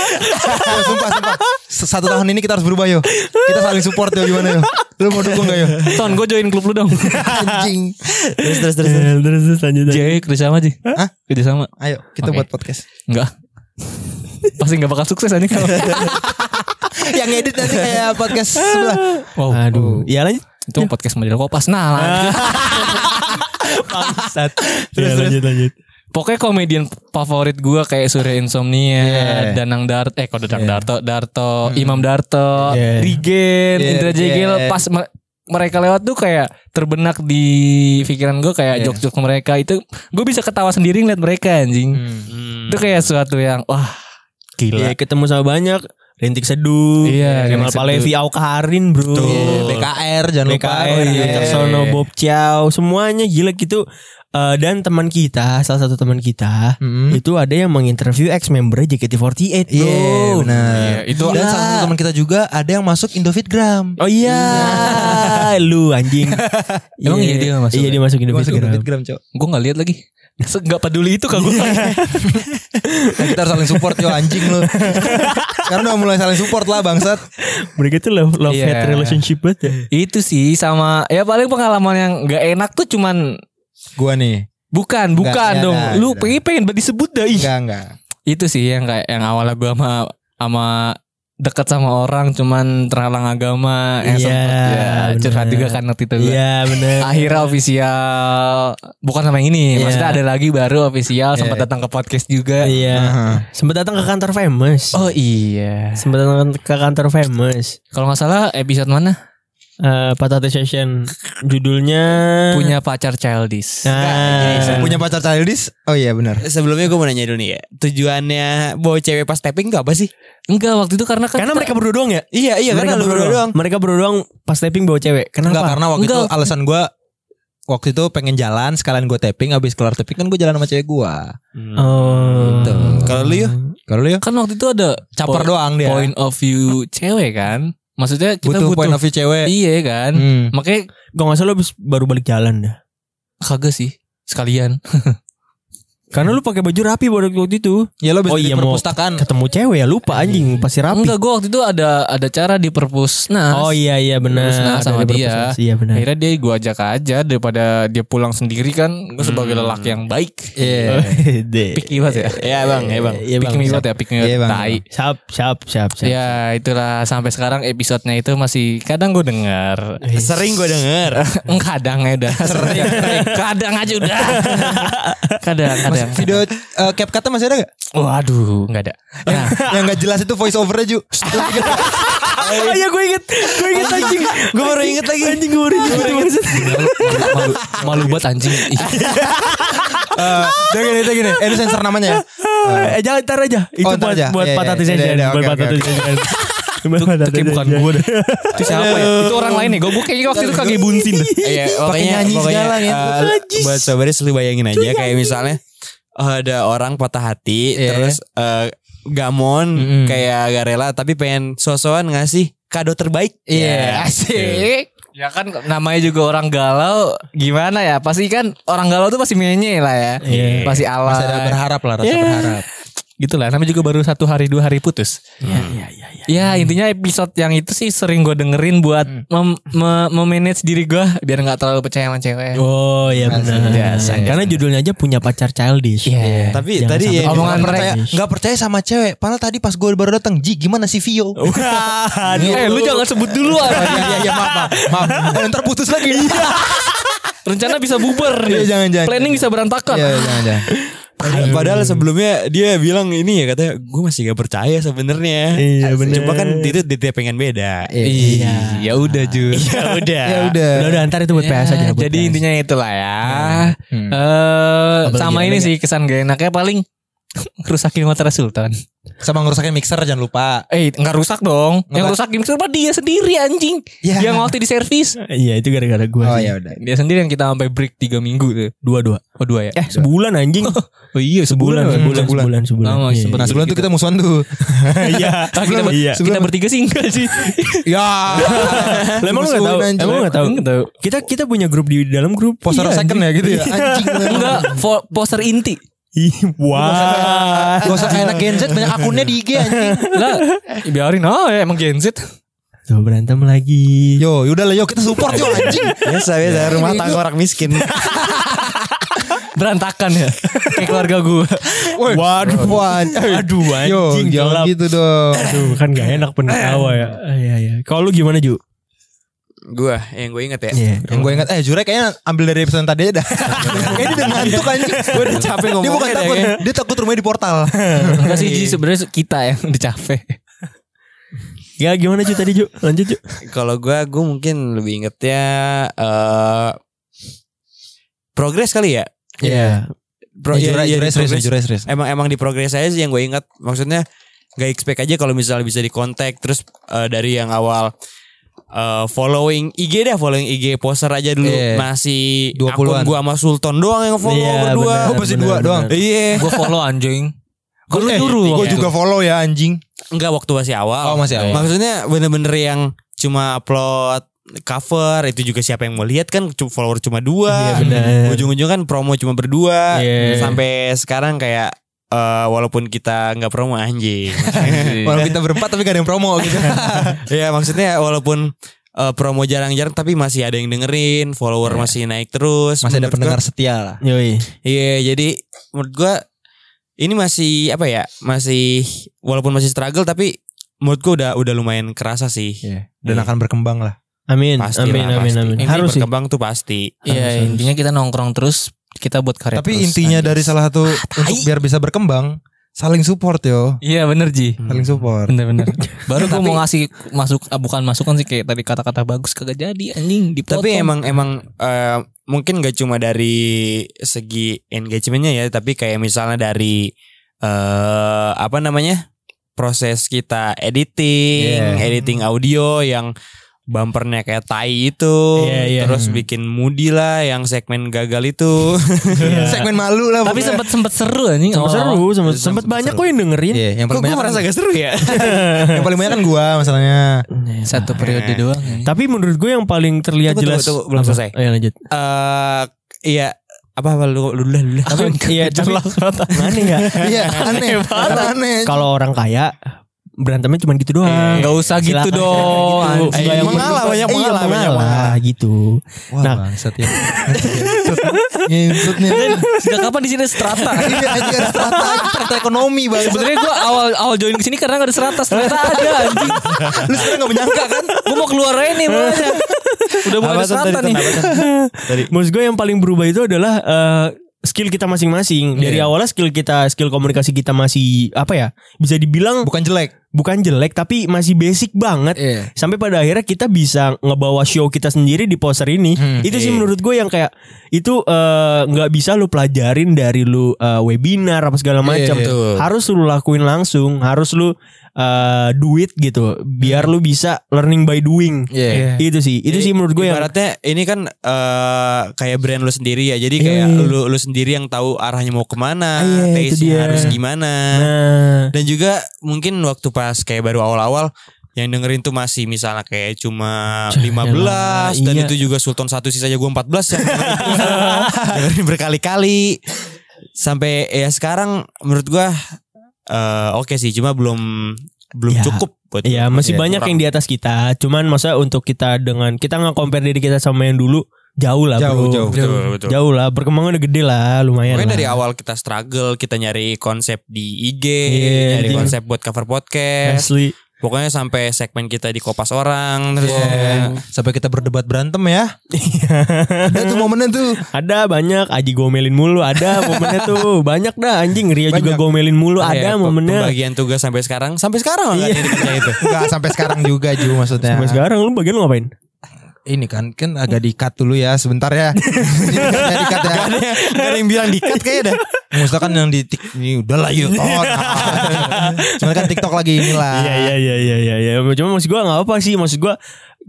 Speaker 3: Yo, sumpah, sumpah. Se- Satu tahun ini kita harus berubah yo. Kita saling support yo gimana yo. Lu mau dukung gak yo?
Speaker 1: Ton, gue join klub lu dong.
Speaker 2: (laughs)
Speaker 3: Anjing.
Speaker 4: Terus terus terus.
Speaker 2: Eh, terus terus lanjut. lanjut.
Speaker 1: Jadi kerja sama sih.
Speaker 3: Hah?
Speaker 1: Kerja sama.
Speaker 3: Ayo kita
Speaker 1: Oke.
Speaker 3: buat podcast. (laughs)
Speaker 1: Enggak. Pasti gak bakal sukses aja kalau.
Speaker 3: yang edit nanti kayak podcast sebelah.
Speaker 1: Wow.
Speaker 2: Aduh, ya lanjut.
Speaker 1: Itu podcast model kopas. Nah, lah.
Speaker 3: Ah.
Speaker 2: Bangsat. Terus lanjut lanjut.
Speaker 1: (laughs) Pokoknya komedian favorit gua kayak Surya Insomnia,
Speaker 3: Yeah. Hmm.
Speaker 1: Danang Darto, eh kok Danang Darto, Darto, Imam Darto,
Speaker 2: Yeah.
Speaker 1: Rigen,
Speaker 3: Yeah,
Speaker 1: Indra Jegel,
Speaker 3: yeah.
Speaker 1: pas me- mereka lewat tuh kayak terbenak di pikiran gua kayak
Speaker 3: Yeah.
Speaker 1: jokes-jokes mereka itu gue bisa ketawa sendiri ngeliat mereka anjing.
Speaker 3: Hmm.
Speaker 1: Itu kayak suatu yang wah gila.
Speaker 2: Iya, ketemu sama banyak Rintik Seduh,
Speaker 1: Iya, Rintik
Speaker 2: Kemal Palevi, Aukarin, Bro.
Speaker 3: Iya, BKR jangan lupa.
Speaker 2: BKR,
Speaker 3: Iya.
Speaker 2: Yudi Caksono, Bob Chow, semuanya gila gitu. Eh, dan teman kita, salah satu teman kita,
Speaker 1: Hmm?
Speaker 3: Mm-mm.
Speaker 2: itu ada yang menginterview ex member JKT48, bro.
Speaker 3: Iya benar.
Speaker 1: itu
Speaker 3: Dan Iya, salah satu teman kita juga ada yang masuk Indofitgram.
Speaker 2: Oh iya, lu anjing.
Speaker 1: Iya. (laughs) Emang iya dia masuk
Speaker 2: Iya
Speaker 1: ya?
Speaker 2: dia masuk Indovision.
Speaker 3: Indofitgram, Cok.
Speaker 1: gue nggak lihat lagi. Gak peduli itu kagak.
Speaker 3: Nah, kita harus saling support yo anjing lu. (laughs) Karena udah mulai saling support lah bangsat.
Speaker 2: Mereka tuh love, love
Speaker 1: Iya.
Speaker 2: hate relationship banget ya.
Speaker 1: itu sih sama ya paling pengalaman yang gak enak tuh cuman
Speaker 3: Gua nih.
Speaker 1: Bukan, bukan
Speaker 3: Nggak,
Speaker 1: dong.
Speaker 3: nggak,
Speaker 1: lu
Speaker 3: nggak.
Speaker 1: pengen pengen banget disebut dah. ih.
Speaker 3: Enggak, enggak.
Speaker 1: Itu sih yang kayak yang awalnya gua sama sama dekat sama orang cuman terhalang agama yang
Speaker 2: Iya,
Speaker 1: sempet, ya,
Speaker 2: bener.
Speaker 1: curhat juga kan waktu itu gua.
Speaker 2: Iya benar.
Speaker 1: Akhirnya official bukan sama yang ini,
Speaker 2: Iya.
Speaker 1: maksudnya ada lagi baru official sempat
Speaker 3: Iya.
Speaker 1: datang ke podcast juga.
Speaker 2: Iya.
Speaker 3: Aha.
Speaker 2: Sempat datang ke kantor famous.
Speaker 1: Oh iya.
Speaker 2: Sempat datang ke kantor famous.
Speaker 1: Kalau nggak salah episode mana?
Speaker 2: Eh Patata Session judulnya
Speaker 1: Punya pacar childish.
Speaker 2: Nah,
Speaker 3: Punya pacar childish? Oh iya benar.
Speaker 4: Sebelumnya gue mau nanya dulu nih ya. Tujuannya bawa cewek pas tapping gak apa sih?
Speaker 1: Enggak, waktu itu karena kan
Speaker 2: karena
Speaker 1: kita-
Speaker 2: mereka berdua doang ya?
Speaker 4: Iya iya
Speaker 2: mereka
Speaker 4: karena lu
Speaker 2: berdua
Speaker 4: berdua doang.
Speaker 2: Mereka berdua doang pas taping bawa cewek. Kenapa?
Speaker 3: Enggak karena waktu itu
Speaker 1: Enggak.
Speaker 3: alasan gua waktu itu pengen jalan sekalian gue tapping habis kelar tapping kan gue jalan sama cewek gua.
Speaker 2: Oh.
Speaker 3: Gitu.
Speaker 4: Kalau lu yuk
Speaker 3: Kalau lu ya
Speaker 1: kan waktu itu ada
Speaker 3: caper
Speaker 1: point-
Speaker 3: doang dia. Gitu,
Speaker 1: Point of view cewek kan. Maksudnya kita
Speaker 3: Ya. butuh,
Speaker 1: butuh,
Speaker 3: point of view cewek.
Speaker 1: Iya kan.
Speaker 3: Hmm.
Speaker 1: Makanya
Speaker 2: Gue gak salah lu abis baru balik jalan dah.
Speaker 1: Kagak sih sekalian.
Speaker 2: Karena lu pakai baju rapi pada waktu itu.
Speaker 4: Ya lo
Speaker 2: Oh iya mau ketemu cewek ya lupa anjing pasti rapi.
Speaker 1: Enggak, gue waktu itu ada ada cara di perpus. Nah,
Speaker 2: Oh iya iya benar.
Speaker 1: Nah, sama
Speaker 2: Ada
Speaker 1: dia.
Speaker 2: perpustakaan. Iya benar.
Speaker 1: Akhirnya dia gue ajak aja daripada dia pulang sendiri kan. Gue sebagai lelaki yang baik.
Speaker 2: (laughs) Iya.
Speaker 1: Picky banget ya.
Speaker 2: Iya, Bang, iya, Bang. Iya,
Speaker 1: Picky
Speaker 2: Bang.
Speaker 1: me banget ya, picky me banget.
Speaker 3: Iya, Bang.
Speaker 1: Tai.
Speaker 2: Siap siap siap siap.
Speaker 1: Ya itulah sampai sekarang episodenya itu masih kadang gue dengar.
Speaker 2: Sering gue denger.
Speaker 1: (laughs) Kadang ya udah. Sering, Kadang aja udah. Kadang kadang.
Speaker 3: Video eh, cap kata masih ada gak?
Speaker 1: Waduh, nggak ada. Nah,
Speaker 3: Yang gak jelas itu voice overnya Ju
Speaker 2: Ah, iya gue inget Gue inget anjing Gue baru inget lagi Anjing gue baru inget
Speaker 1: Ya, malu, (laughs) malu buat anjing. Ih,
Speaker 3: Eh, Dia gini, dia gini Eh ini sensor namanya ya
Speaker 2: Eh jangan ntar aja Itu
Speaker 3: ntar
Speaker 2: buat
Speaker 3: aja.
Speaker 2: buat
Speaker 3: Iya, iya,
Speaker 2: patah
Speaker 3: iya,
Speaker 2: desain
Speaker 3: iya, iya,
Speaker 2: Buat
Speaker 3: oke,
Speaker 2: patah
Speaker 3: oke, oke.
Speaker 2: desain
Speaker 1: itu kayak bukan gue deh. Itu siapa ya? Itu orang lain ya. Gue kayaknya waktu itu kagak bunsin deh.
Speaker 4: Iya,
Speaker 3: Pakai
Speaker 4: pokoknya,
Speaker 3: nyanyi
Speaker 4: pokoknya,
Speaker 3: segala, ya.
Speaker 4: eh,
Speaker 2: Najis.
Speaker 4: buat sobatnya selalu bayangin aja kayak misalnya eh, ada orang patah hati
Speaker 3: Iya.
Speaker 4: terus eh, gamon
Speaker 1: Mm-mm.
Speaker 4: kayak gak rela tapi pengen sosokan ngasih kado terbaik.
Speaker 1: Iya (laughs) asik. Ya kan namanya juga orang galau gimana ya pasti kan orang galau tuh pasti menye lah ya
Speaker 2: Iya.
Speaker 1: pasti alay
Speaker 3: Masih ada berharap lah Rasa
Speaker 1: Iya.
Speaker 3: berharap
Speaker 1: gitu lah namanya juga baru satu hari dua hari putus
Speaker 2: Iya iya iya iya.
Speaker 1: Ya intinya episode yang itu sih sering gue dengerin buat mem- me- memanage diri gue biar nggak terlalu percaya sama cewek.
Speaker 2: Oh iya benar.
Speaker 1: biasa,
Speaker 2: Karena judulnya aja punya pacar childish.
Speaker 1: Iya.
Speaker 4: Tapi
Speaker 2: Jangan
Speaker 4: tadi
Speaker 2: sampai
Speaker 4: ya,
Speaker 1: Omongan
Speaker 4: orang
Speaker 1: mereka.
Speaker 4: percaya-
Speaker 3: Gak percaya sama cewek Padahal tadi pas gue baru datang Ji gimana si Vio
Speaker 4: Oh.
Speaker 1: Eh lu jangan sebut dulu
Speaker 3: Iya
Speaker 1: ah.
Speaker 3: iya iya maaf maaf, maaf. (laughs) Eh, Ntar putus lagi Iya
Speaker 1: (laughs) Rencana bisa bubar. nih.
Speaker 3: Iya, jangan, jangan.
Speaker 1: Planning bisa berantakan.
Speaker 3: (laughs) iya, jangan jangan
Speaker 4: Padahal, padahal sebelumnya dia bilang ini ya katanya gue masih gak percaya sebenarnya.
Speaker 2: Iya, bener.
Speaker 4: Cuma kan itu dia pengen beda.
Speaker 1: Iya. Ya udah Ju.
Speaker 4: (laughs) Ya udah.
Speaker 3: Ya udah
Speaker 2: Udah udah antar itu buat
Speaker 1: Ya,
Speaker 2: PS aja. buat
Speaker 1: jadi
Speaker 2: PS.
Speaker 1: intinya itulah ya. Eh
Speaker 3: Hmm.
Speaker 1: sama
Speaker 2: lagi,
Speaker 1: ini
Speaker 2: apalagi?
Speaker 1: sih kesan gak enaknya paling (laughs) rusakin motor Sultan.
Speaker 3: Sama ngerusakin mixer jangan lupa
Speaker 1: Eh nggak rusak dong. Yang
Speaker 3: Nggak.
Speaker 1: rusak gimana Cuma dia sendiri anjing.
Speaker 3: Ya.
Speaker 1: Yang waktu di servis.
Speaker 2: Iya itu gara-gara gue.
Speaker 3: Oh ya udah
Speaker 1: Dia sendiri yang kita sampai break 3 minggu tuh.
Speaker 2: Dua-dua.
Speaker 1: Oh dua ya.
Speaker 2: Eh sebulan anjing.
Speaker 1: Oh iya
Speaker 2: Sebulan sebulan
Speaker 3: sebulan.
Speaker 2: sebulan sebulan.
Speaker 1: Lama,
Speaker 2: Iya,
Speaker 1: sebulan.
Speaker 3: Nah sebulan tuh kita musuhan tuh
Speaker 2: Iya.
Speaker 1: Ah, kita, ber-
Speaker 2: Iya.
Speaker 1: kita bertiga sih enggak sih.
Speaker 3: Ya
Speaker 2: Lah, Emang lu gak tahu?
Speaker 3: Musuhin, anjing.
Speaker 2: Emang lu gak tahu? Kita kita punya grup di dalam grup.
Speaker 3: Poster
Speaker 2: Iya,
Speaker 3: second ya gitu ya
Speaker 1: enggak
Speaker 3: Anjing
Speaker 1: fo- poster inti. Iya.
Speaker 2: Ih, Wah.
Speaker 3: Gak usah enak Gen Z banyak akunnya di IG anjing
Speaker 1: Lah, biarin oh ya emang Gen Z.
Speaker 2: Tuh berantem lagi.
Speaker 3: Yo yaudah lah yo kita support yo anjing Iya.
Speaker 4: Biasa biasa rumah tangga orang miskin.
Speaker 1: Berantakan ya. Kayak keluarga gue.
Speaker 2: Waduh. Aduh
Speaker 3: Yo
Speaker 2: anjing gelap.
Speaker 3: jangan gitu dong
Speaker 2: Aduh kan gak enak penertawa ya. Iya iya. Kalau lu gimana Ju?
Speaker 4: Gua yang gue inget ya.
Speaker 2: Iya.
Speaker 3: Yang gue ingat Eh Jurek kayaknya ambil dari episode tadi aja dah (laughs) Kayaknya dia udah ngantuk anjing
Speaker 4: Gue udah capek
Speaker 3: Dia bukan
Speaker 4: ngomongnya
Speaker 3: takut
Speaker 4: deh.
Speaker 3: Dia takut rumahnya di portal
Speaker 1: Enggak sih Ji sebenarnya kita yang udah capek.
Speaker 2: Ya gimana Ju tadi Ju? Lanjut Ju.
Speaker 4: Kalau gue, gue mungkin lebih ingetnya eh progres kali ya.
Speaker 2: Iya.
Speaker 4: Pro-
Speaker 3: Ya, Jurek
Speaker 4: ya, ya,
Speaker 3: Jurek
Speaker 4: di
Speaker 3: serius
Speaker 4: progres.
Speaker 3: Jurek serius
Speaker 4: Emang emang di progres aja sih yang gue inget. Maksudnya gak expect aja kalau misalnya bisa di kontak terus eh, dari yang awal eh, following IG deh, following IG poster aja dulu
Speaker 3: Iya.
Speaker 4: masih
Speaker 3: 20-an.
Speaker 4: akun gue sama Sultan doang yang follow
Speaker 2: Iya,
Speaker 4: berdua.
Speaker 2: benar,
Speaker 3: Oh, pasti dua
Speaker 2: benar,
Speaker 3: doang.
Speaker 2: benar.
Speaker 4: Iya.
Speaker 1: Gue follow anjing. Gue lu
Speaker 4: Eh,
Speaker 1: nyuruh.
Speaker 4: gua
Speaker 3: Gue
Speaker 1: waktu
Speaker 3: juga
Speaker 1: itu.
Speaker 3: follow ya anjing
Speaker 4: Enggak waktu masih awal.
Speaker 3: Oh, masih awal.
Speaker 4: Maksudnya bener-bener yang cuma upload cover itu juga siapa yang mau lihat kan cu- follower
Speaker 3: Iya,
Speaker 4: cuma dua.
Speaker 2: benar.
Speaker 4: Ujung-ujung kan promo cuma berdua.
Speaker 2: Iya.
Speaker 4: Sampai sekarang kayak eh, walaupun kita nggak promo anjing.
Speaker 3: (laughs)
Speaker 1: Iya,
Speaker 3: Walaupun kita berempat tapi gak ada yang promo (laughs) gitu
Speaker 4: ya maksudnya walaupun eh, promo jarang-jarang tapi masih ada yang dengerin, follower masih naik
Speaker 3: Iya.
Speaker 4: terus.
Speaker 3: Masih ada
Speaker 4: Menurut
Speaker 3: pendengar setia lah
Speaker 2: Yoi.
Speaker 4: gua- Iya, jadi menurut gua ini masih apa ya? Masih walaupun masih struggle tapi menurut gua udah udah lumayan kerasa sih.
Speaker 3: Dan akan berkembang lah
Speaker 2: Amin.
Speaker 4: Pasti
Speaker 2: amin,
Speaker 4: lah,
Speaker 2: amin,
Speaker 4: pasti.
Speaker 2: amin.
Speaker 4: Ini
Speaker 2: Harus sih.
Speaker 4: berkembang tuh pasti.
Speaker 1: Iya, intinya kita nongkrong terus kita buat karya.
Speaker 3: Tapi
Speaker 1: terus,
Speaker 3: intinya
Speaker 1: anjing.
Speaker 3: dari salah satu Untuk biar bisa berkembang Saling support yo
Speaker 1: Iya bener Ji
Speaker 2: Hmm.
Speaker 3: Saling support (laughs)
Speaker 1: Bener-bener (laughs) Baru gue mau ngasih masuk ah, Bukan masukan sih Kayak tadi kata-kata bagus Kagak jadi anjing dipotong.
Speaker 4: Tapi emang emang eh, mungkin gak cuma dari segi engagementnya ya, tapi kayak misalnya dari eh apa namanya proses kita
Speaker 2: Iya.
Speaker 4: editing, editing audio yang bumpernya kayak tai itu,
Speaker 2: Iya, iya.
Speaker 4: terus bikin moody lah yang segmen gagal itu. (laughs)
Speaker 3: Segmen malu lah
Speaker 1: Tapi
Speaker 3: pokoknya.
Speaker 1: sempet sempet seru anjing.
Speaker 2: Sempet
Speaker 1: awal-awal.
Speaker 2: seru, sempet, sempet banyak kok yang dengerin.
Speaker 3: Iya, yang paling
Speaker 4: Kok gue
Speaker 3: banyak kan,
Speaker 4: merasa gak seru ya? (laughs)
Speaker 3: yang paling banyak kan gua (laughs) masalahnya.
Speaker 2: Iya.
Speaker 1: Satu periode
Speaker 3: Iya.
Speaker 1: doang.
Speaker 2: Tapi menurut gue yang paling terlihat
Speaker 4: Tunggu,
Speaker 2: jelas Oh, iya,
Speaker 4: tunggu, tunggu, belum
Speaker 2: Apa?
Speaker 4: selesai.
Speaker 2: Ayo lanjut.
Speaker 4: Eh iya apa apa lu lu dulu lu dulu.
Speaker 2: (laughs) Tapi iya tapi (laughs) aneh nggak?
Speaker 3: Iya aneh Aneh
Speaker 2: Kalau orang kaya berantemnya cuma gitu doang.
Speaker 4: Nggak usah gitu
Speaker 2: Silakan.
Speaker 4: dong,
Speaker 2: Gitu.
Speaker 4: anjing.
Speaker 2: Nggak yang
Speaker 3: Mengalah,
Speaker 2: penting-
Speaker 3: banyak
Speaker 2: Iya,
Speaker 3: mengalah, banyak
Speaker 2: mengalah gitu.
Speaker 3: Wah
Speaker 2: Nah.
Speaker 3: bangsat ya Nginsut nih
Speaker 1: Sejak kapan di sini strata?
Speaker 3: Iya anjing, ada strata Strata ekonomi bang
Speaker 1: Sebenarnya gue awal awal join kesini karena gak ada strata, ternyata ada anjing.
Speaker 3: Lu sebenernya gak menyangka kan
Speaker 1: Gue mau keluar aja nih makanya. Udah mulai ada
Speaker 4: Apa tuh
Speaker 1: strata
Speaker 4: tadi,
Speaker 1: nih.
Speaker 4: Tan? Apa tuh?
Speaker 2: Maksud gue yang paling berubah itu adalah eh, skill kita masing-masing. Dari
Speaker 3: Iya.
Speaker 2: awalnya skill kita, skill komunikasi kita masih apa ya? Bisa dibilang
Speaker 3: Bukan jelek
Speaker 2: bukan jelek tapi masih basic banget.
Speaker 3: Iya
Speaker 2: Sampai pada akhirnya kita bisa ngebawa show kita sendiri di poster ini.
Speaker 3: Hmm,
Speaker 2: itu sih
Speaker 4: iya.
Speaker 2: menurut gue yang kayak itu eh, nggak bisa lu pelajarin dari lu eh, webinar apa segala macam.
Speaker 3: Iya,
Speaker 4: betul.
Speaker 2: harus lu lakuin langsung, harus lu eh, duit gitu. Biar lu bisa learning by doing.
Speaker 3: Iya.
Speaker 2: Itu sih. Itu
Speaker 4: Jadi,
Speaker 2: sih menurut gue yang
Speaker 4: ibaratnya ini kan eh, kayak brand lu sendiri ya. Jadi kayak
Speaker 2: Iya.
Speaker 4: lu lu sendiri yang tahu arahnya mau kemana,
Speaker 2: Iya, itu
Speaker 4: taste-nya
Speaker 2: dia.
Speaker 4: harus gimana.
Speaker 2: Nah,
Speaker 4: Dan juga mungkin waktu pas kayak baru awal-awal yang dengerin tuh masih misalnya kayak cuma 15 dan
Speaker 2: iya.
Speaker 4: itu juga Sultan satu sisanya
Speaker 2: (laughs)
Speaker 4: gue 14 ya. (laughs) dengerin berkali-kali sampai ya sekarang menurut gua eh, oke sih cuma belum belum
Speaker 2: Ya,
Speaker 4: cukup buat
Speaker 2: Iya masih
Speaker 4: Iya,
Speaker 2: banyak
Speaker 4: kurang.
Speaker 2: yang di atas kita. Cuman masa untuk kita dengan kita nggak compare diri kita sama yang dulu jauh lah bro.
Speaker 3: Jauh, jauh.
Speaker 4: betul betul.
Speaker 2: Jauh lah perkembangan udah gede lah lumayan.
Speaker 4: Pokoknya
Speaker 2: Iya lah.
Speaker 4: dari awal kita struggle, kita nyari konsep di IG,
Speaker 2: Iya,
Speaker 4: nyari
Speaker 2: iya.
Speaker 4: konsep buat cover podcast.
Speaker 2: asli.
Speaker 4: Pokoknya sampai segmen kita di kopas orang terus
Speaker 3: Iya. Sampai kita berdebat berantem ya Ada tuh momennya tuh
Speaker 2: Ada banyak Aji gomelin mulu ada momennya tuh banyak dah anjing Ria juga
Speaker 3: Banyak.
Speaker 2: gomelin mulu ada
Speaker 4: Kayak pe-
Speaker 2: momennya.
Speaker 4: ya, Pembagian tugas sampai sekarang, sampai sekarang iya. itu.
Speaker 3: Enggak sampai sekarang juga Ju maksudnya
Speaker 2: Sampai sekarang lu bagian lu ngapain?
Speaker 3: Ini kan kan agak dikat dulu ya sebentar (laughs) ya Ini kan agak dikat ya
Speaker 4: Gak ada yang bilang dikat kayaknya dah.
Speaker 3: Misalkan kan yang di tik ini udah lah yuk. Oh, nah. Cuman kan TikTok lagi inilah.
Speaker 2: Iya iya iya iya iya iya. Cuma maksud gue nggak apa sih maksud gue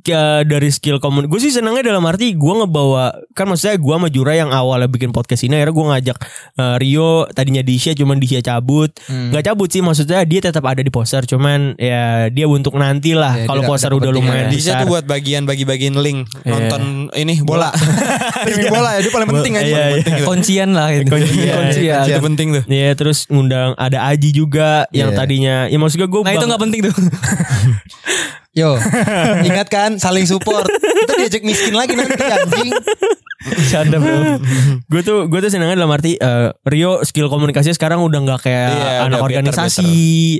Speaker 2: kayak dari skill komun gue sih senangnya dalam arti gue ngebawa kan maksudnya gue sama Jura yang awalnya bikin podcast ini akhirnya gue ngajak eh, Rio tadinya Disha cuman Disha cabut nggak cabut sih maksudnya dia tetap ada di poster cuman ya dia untuk nantilah
Speaker 3: Ya,
Speaker 2: kalau
Speaker 3: dia
Speaker 2: poster
Speaker 3: ada
Speaker 2: udah lumayan
Speaker 3: kepentingan.
Speaker 4: Disha
Speaker 2: besar
Speaker 4: tuh buat bagian bagi-bagiin link nonton ini bola.
Speaker 3: Ini bola ya, dia paling penting gitu. aja.
Speaker 2: Iya, iya.
Speaker 1: Kuncian lah itu.
Speaker 2: Kuncian.
Speaker 1: Kuncian.
Speaker 4: (laughs) Itu penting tuh.
Speaker 2: Iya terus ngundang ada Aji juga yang
Speaker 3: Iya.
Speaker 2: tadinya ya maksud gue gue
Speaker 1: Nah itu gak penting tuh.
Speaker 3: Yo,
Speaker 2: (laughs)
Speaker 3: ingat kan saling support. Kita diajak miskin lagi nanti anjing.
Speaker 2: Canda
Speaker 4: (laughs)
Speaker 2: bro Gue tuh Gue tuh senangnya dalam arti eh, Rio skill komunikasinya sekarang udah gak kayak
Speaker 4: Iya,
Speaker 2: Anak
Speaker 4: udah better,
Speaker 2: organisasi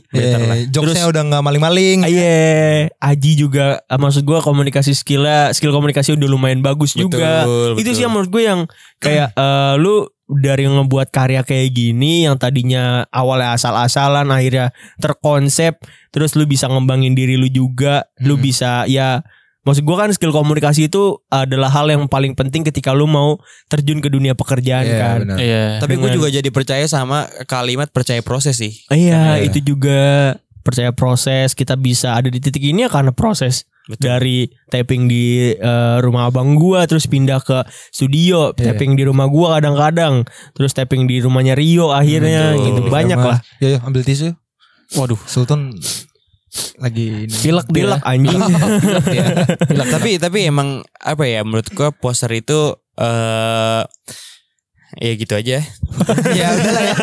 Speaker 3: Eh, Jokesnya udah nggak maling-maling.
Speaker 2: Ah, Iya Aji juga ah, Maksud gue komunikasi skillnya Skill komunikasi udah lumayan bagus
Speaker 4: Betul,
Speaker 2: juga Itu
Speaker 4: betul.
Speaker 2: sih yang menurut gue yang Kayak eh, Lu dari ngebuat karya kayak gini Yang tadinya Awalnya asal-asalan Akhirnya terkonsep Terus lu bisa ngembangin diri lu juga Lu
Speaker 4: Hmm.
Speaker 2: bisa ya Maksud gue kan skill komunikasi itu adalah hal yang paling penting ketika lu mau terjun ke dunia pekerjaan
Speaker 3: Iya,
Speaker 2: kan.
Speaker 3: benar.
Speaker 1: (laughs) Iya.
Speaker 4: Tapi gue
Speaker 2: Dengan-
Speaker 4: juga jadi percaya sama kalimat percaya proses sih.
Speaker 2: Iya, itu juga percaya proses kita bisa ada di titik ini ya karena proses dari taping di eh, rumah abang gua terus pindah ke studio,
Speaker 3: Iya.
Speaker 2: taping di rumah gua kadang-kadang, terus taping di rumahnya Rio akhirnya
Speaker 4: Betul.
Speaker 2: gitu banyak lah.
Speaker 3: Yo, yo, ambil tisu.
Speaker 4: Waduh.
Speaker 3: Sultan lagi
Speaker 2: (laughs)
Speaker 3: ini.
Speaker 2: Pilek pilek
Speaker 3: (laughs)
Speaker 2: anjing.
Speaker 4: ya? tapi tapi emang apa ya menurut gua poster itu eh ya gitu aja.
Speaker 3: ya udahlah ya.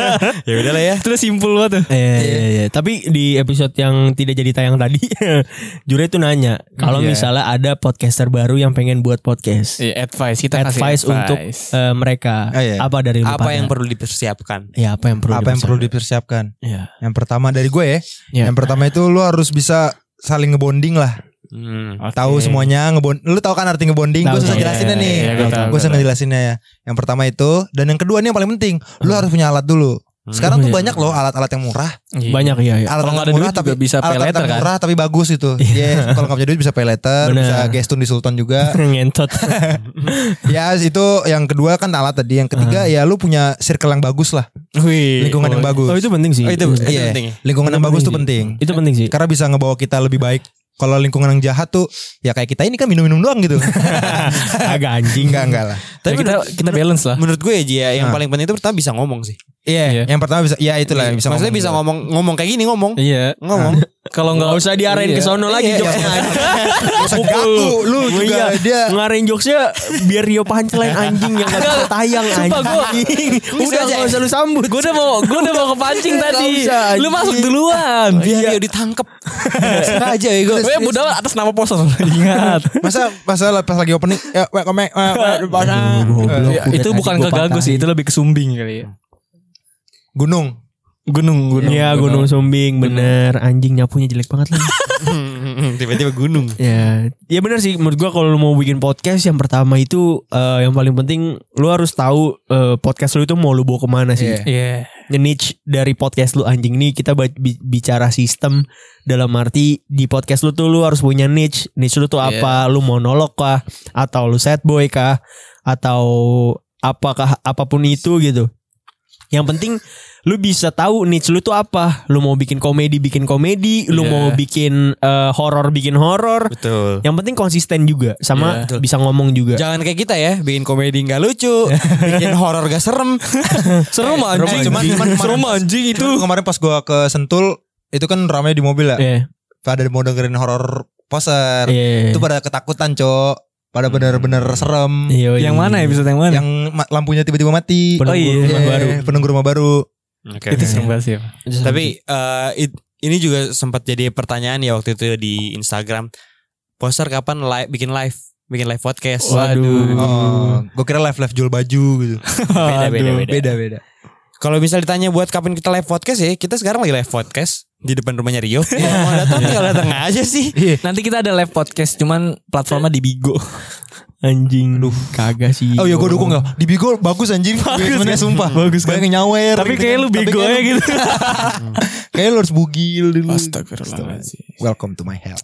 Speaker 4: ya udahlah ya.
Speaker 1: Itu udah simpel banget tuh.
Speaker 2: Iya, iya, iya. Tapi di episode yang tidak jadi tayang tadi, (laughs) Jure itu nanya kalau
Speaker 1: Iya.
Speaker 2: misalnya ada podcaster baru yang pengen buat podcast,
Speaker 1: Iya, advice kita
Speaker 2: advice, untuk eh, mereka
Speaker 3: Ah, iya.
Speaker 2: apa dari lu
Speaker 4: Apa
Speaker 2: pada?
Speaker 4: yang perlu dipersiapkan?
Speaker 2: ya apa yang perlu
Speaker 3: (laughs) Apa yang
Speaker 2: dipersiapkan?
Speaker 3: perlu dipersiapkan?
Speaker 2: Iya.
Speaker 3: Yang pertama dari gue ya.
Speaker 2: Iya.
Speaker 3: Yang pertama itu lu harus bisa saling ngebonding lah.
Speaker 4: Hmm.
Speaker 3: tahu semuanya ngebon lu tahu kan arti ngebonding gue
Speaker 2: Tahu,
Speaker 3: susah
Speaker 2: tahu.
Speaker 3: jelasinnya
Speaker 2: Iya,
Speaker 3: nih
Speaker 2: iya, gua tahu,
Speaker 3: gue susah ngejelasinnya ya yang pertama itu dan yang kedua ini yang paling penting lu harus punya alat dulu sekarang
Speaker 2: Iya.
Speaker 3: tuh banyak loh alat-alat yang murah
Speaker 2: Banyak iya, iya.
Speaker 3: alat
Speaker 1: Kalau nggak ada duit juga bisa pay
Speaker 3: alat-alat
Speaker 1: later,
Speaker 3: yang
Speaker 1: kan?
Speaker 3: murah tapi bagus itu Iya kalau nggak punya duit bisa pay later
Speaker 2: Bener.
Speaker 3: bisa gestun di Sultan
Speaker 2: (laughs)
Speaker 3: juga
Speaker 2: (laughs) ngentot.
Speaker 3: ya itu yang kedua kan alat tadi yang
Speaker 2: Hmm.
Speaker 3: ketiga ya lu punya circle yang bagus lah
Speaker 1: Iya.
Speaker 4: Wih.
Speaker 3: lingkungan yang bagus
Speaker 2: Oh itu penting sih.
Speaker 4: Oh, itu, itu
Speaker 3: Iya.
Speaker 4: penting. ya?
Speaker 3: lingkungan yang bagus tuh penting Kan.
Speaker 2: Itu penting Iya. sih.
Speaker 3: karena bisa ngebawa kita lebih baik kalau lingkungan yang jahat tuh ya kayak kita ini kan minum-minum doang
Speaker 2: (laughs)
Speaker 3: gitu
Speaker 2: (laughs) Agak anjing.
Speaker 3: enggak enggak lah
Speaker 1: Tapi kita, kita balance lah.
Speaker 4: Menurut gue ya Ji, ya, yang paling penting itu pertama bisa ngomong sih.
Speaker 3: Iya,
Speaker 1: Iya.
Speaker 3: yang pertama bisa, ya itulah yang bisa
Speaker 4: Iya. Maksudnya bisa
Speaker 3: juga.
Speaker 4: ngomong ngomong kayak gini ngomong.
Speaker 1: Iya.
Speaker 4: Ngomong.
Speaker 1: kalau nggak
Speaker 2: Gak usah
Speaker 1: Iya.
Speaker 2: diarahin ke sono lagi
Speaker 3: Iya.
Speaker 2: jokesnya.
Speaker 3: Masa gaku lu
Speaker 2: Oh
Speaker 3: juga
Speaker 2: iya,
Speaker 3: dia.
Speaker 2: ngarahin jokesnya biar Rio punchline anjing yang gak bisa tayang
Speaker 1: Sumpah, gua-
Speaker 2: anjing. Udah
Speaker 1: Bisa aja.
Speaker 2: gak usah lu sambut.
Speaker 1: Gue udah mau gue udah mau kepancing
Speaker 2: Nggak
Speaker 1: Oh, tadi.
Speaker 2: usah,
Speaker 1: Lu
Speaker 2: anjing.
Speaker 1: masuk duluan.
Speaker 4: Biar dia ditangkep.
Speaker 3: Sengaja ya gue.
Speaker 1: Gue budal atas nama poster. (laughs) Ingat.
Speaker 3: Masa masa pas lagi opening ya wek komek. Iya.
Speaker 2: goblok.
Speaker 1: Ya, itu
Speaker 2: Udah
Speaker 1: bukan
Speaker 2: tadi
Speaker 1: ke
Speaker 2: gua
Speaker 1: gagu sih, itu lebih ke sumbing kali ya.
Speaker 3: Gunung.
Speaker 1: Gunung, gunung.
Speaker 2: Iya Gunung Sumbing bener anjing nyapunya jelek banget lah.
Speaker 4: Tiba-tiba gunung.
Speaker 2: ya, ya bener sih menurut gua kalau lu mau bikin podcast yang pertama itu eh, yang paling penting lu harus tahu eh, podcast lu itu mau lu bawa kemana sih.
Speaker 3: Iya.
Speaker 1: Iya.
Speaker 2: niche dari podcast lu anjing nih kita ba- bi- bicara sistem dalam arti di podcast lu tuh lu harus punya niche niche lu tuh
Speaker 4: Iya.
Speaker 2: apa lu monolog kah atau lu sad boy kah atau apakah apapun itu gitu yang penting lu bisa tahu niche lu tuh apa lu mau bikin komedi bikin komedi lu
Speaker 1: Iya.
Speaker 2: mau bikin eh, horor bikin horor
Speaker 4: Betul.
Speaker 2: yang penting konsisten juga sama
Speaker 4: Iya.
Speaker 2: bisa ngomong juga
Speaker 4: Jangan kayak kita ya, bikin komedi nggak lucu, bikin horor gak serem.
Speaker 1: Seru mah
Speaker 3: Seru
Speaker 1: anjing.
Speaker 3: mah, cuman- cuman-
Speaker 1: Seru mah anjing itu.
Speaker 3: Kemarin pas gua ke Sentul itu kan ramai di mobil ya.
Speaker 2: Iya.
Speaker 3: Pada mau dengerin horor poser.
Speaker 2: Iya.
Speaker 3: Itu pada ketakutan, Cok. Pada bener-bener serem.
Speaker 2: Iya,
Speaker 1: Yang
Speaker 2: iya.
Speaker 1: mana episode Oh, yang mana?
Speaker 3: Yang ma- lampunya tiba-tiba mati.
Speaker 2: Penunggu
Speaker 1: Oh iya.
Speaker 3: Iya,
Speaker 2: rumah baru
Speaker 3: Penunggu rumah baru.
Speaker 1: itu serem banget sih.
Speaker 4: Tapi eh, it- ini juga sempat jadi pertanyaan ya waktu itu di Instagram. Poster kapan live bikin live, bikin live podcast.
Speaker 2: Waduh.
Speaker 3: Oh, gue kira live-live jual baju gitu.
Speaker 4: Oh, Beda, beda, beda.
Speaker 3: Beda-beda.
Speaker 4: Kalau misal ditanya buat kapan kita live podcast ya, kita sekarang lagi live podcast di depan rumahnya Rio. Kalau mau datang tinggal datang aja sih.
Speaker 1: Nanti kita ada live podcast cuman platformnya di Bigo.
Speaker 2: Anjing. Duh, kagak sih.
Speaker 3: Oh iya gue dukung gak? Di Bigo bagus anjing. Bagus. sumpah. Bagus kan? Banyak yang nyawer.
Speaker 1: Tapi
Speaker 3: gitu
Speaker 1: kayak
Speaker 3: kan.
Speaker 1: lu
Speaker 3: Tapi
Speaker 1: bigo
Speaker 3: kayak
Speaker 1: ya
Speaker 3: lu-
Speaker 1: gitu.
Speaker 3: Kayak lu harus bugil dulu.
Speaker 1: Astagfirullahaladzim.
Speaker 3: Welcome to my hell.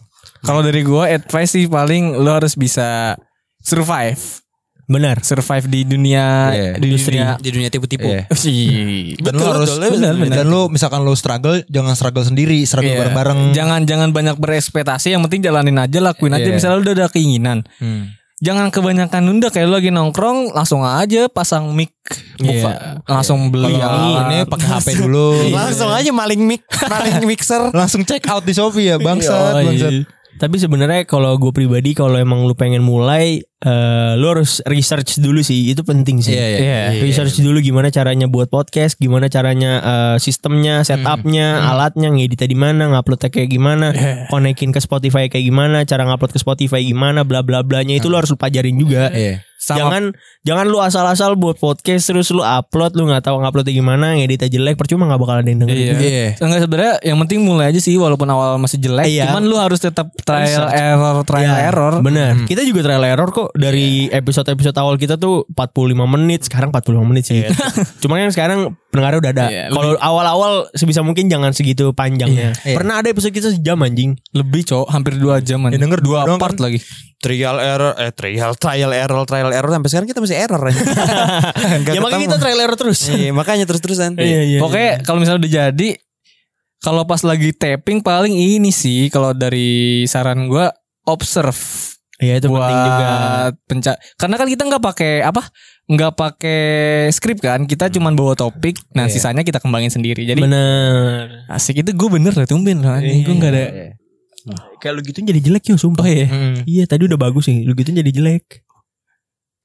Speaker 1: Kalau dari gua advice sih paling lu harus bisa survive.
Speaker 2: Benar.
Speaker 1: Survive di dunia
Speaker 3: Iya.
Speaker 1: di dunia.
Speaker 4: Di dunia tipu-tipu. (laughs)
Speaker 3: Iya.
Speaker 1: Ih,
Speaker 3: Dan lu harus
Speaker 1: benar, benar.
Speaker 3: dan lu misalkan lu struggle jangan struggle sendiri, struggle
Speaker 1: Iya.
Speaker 3: bareng-bareng.
Speaker 1: Jangan jangan banyak berekspektasi, yang penting jalanin aja, lakuin aja
Speaker 3: Iya.
Speaker 1: misalnya lu udah ada keinginan.
Speaker 3: Hmm.
Speaker 1: Jangan kebanyakan nunda kayak lu lagi nongkrong langsung aja pasang mic buka, langsung beli
Speaker 3: Iya. Kalau
Speaker 1: alat.
Speaker 3: ini pakai HP dulu.
Speaker 4: Langsung aja maling mic, maling mixer.
Speaker 3: Langsung check out di Shopee ya, bangsat,
Speaker 2: Yoi.
Speaker 3: bangsat.
Speaker 2: Oh, iya. Tapi sebenarnya kalau gue pribadi kalau emang lu pengen mulai eh, lu harus research dulu sih. Itu penting sih.
Speaker 3: iya.
Speaker 1: Iya.
Speaker 2: Research dulu gimana caranya buat podcast, gimana caranya eh,
Speaker 3: Hmm.
Speaker 2: sistemnya, setupnya, alatnya, ngeditnya di mana, nguploadnya kayak gimana,
Speaker 3: Iya.
Speaker 2: konekin ke Spotify kayak gimana, cara ngupload ke Spotify gimana, bla bla blanya itu lu harus lu pelajarin juga.
Speaker 3: Hmm. Iya.
Speaker 1: Sama
Speaker 2: Jangan jangan lu asal-asal buat podcast terus lu upload lu nggak tahu nguploadnya gimana, ngeditnya jelek percuma nggak bakal ada yang
Speaker 1: Iya.
Speaker 2: dengerin.
Speaker 3: Iya.
Speaker 1: Enggak sebenarnya yang penting mulai aja sih walaupun awal masih jelek,
Speaker 2: Iya.
Speaker 1: cuman lu harus tetap trial error trial
Speaker 3: Iya.
Speaker 2: Ya,
Speaker 1: error.
Speaker 2: Bener. Kita juga trial error kok dari episode-episode awal kita tuh 45 menit, sekarang 45 menit sih. (laughs) Cuman kan sekarang pendengar udah ada.
Speaker 1: Iya,
Speaker 2: Kalau awal-awal sebisa mungkin jangan segitu panjangnya.
Speaker 3: Iya.
Speaker 2: Pernah ada episode kita sejam anjing.
Speaker 1: Lebih cowok hampir 2 jam
Speaker 3: Ya denger dua doang
Speaker 1: part lagi.
Speaker 4: Trial error, eh trial, trial error, trial error. Sampai sekarang kita masih error.
Speaker 2: (laughs)
Speaker 4: ya
Speaker 2: ya makanya kita trial error terus. Eh,
Speaker 4: Iya, makanya terus-terusan.
Speaker 1: Pokoknya kalau misalnya udah jadi kalau pas lagi taping paling ini sih kalau dari saran gua observe
Speaker 2: Iya, itu
Speaker 1: buat
Speaker 2: penting juga.
Speaker 1: penca karena kan kita nggak pakai apa nggak pakai skrip kan kita cuman bawa topik nah
Speaker 3: Iya.
Speaker 1: sisanya kita kembangin sendiri jadi
Speaker 2: Bener.
Speaker 1: asik itu gue bener lah tumben lah
Speaker 2: Iya.
Speaker 1: gue nggak ada
Speaker 2: Kayak lu gitu jadi jelek ya sumpah ya. Iya tadi udah bagus sih. Lu gitu jadi jelek.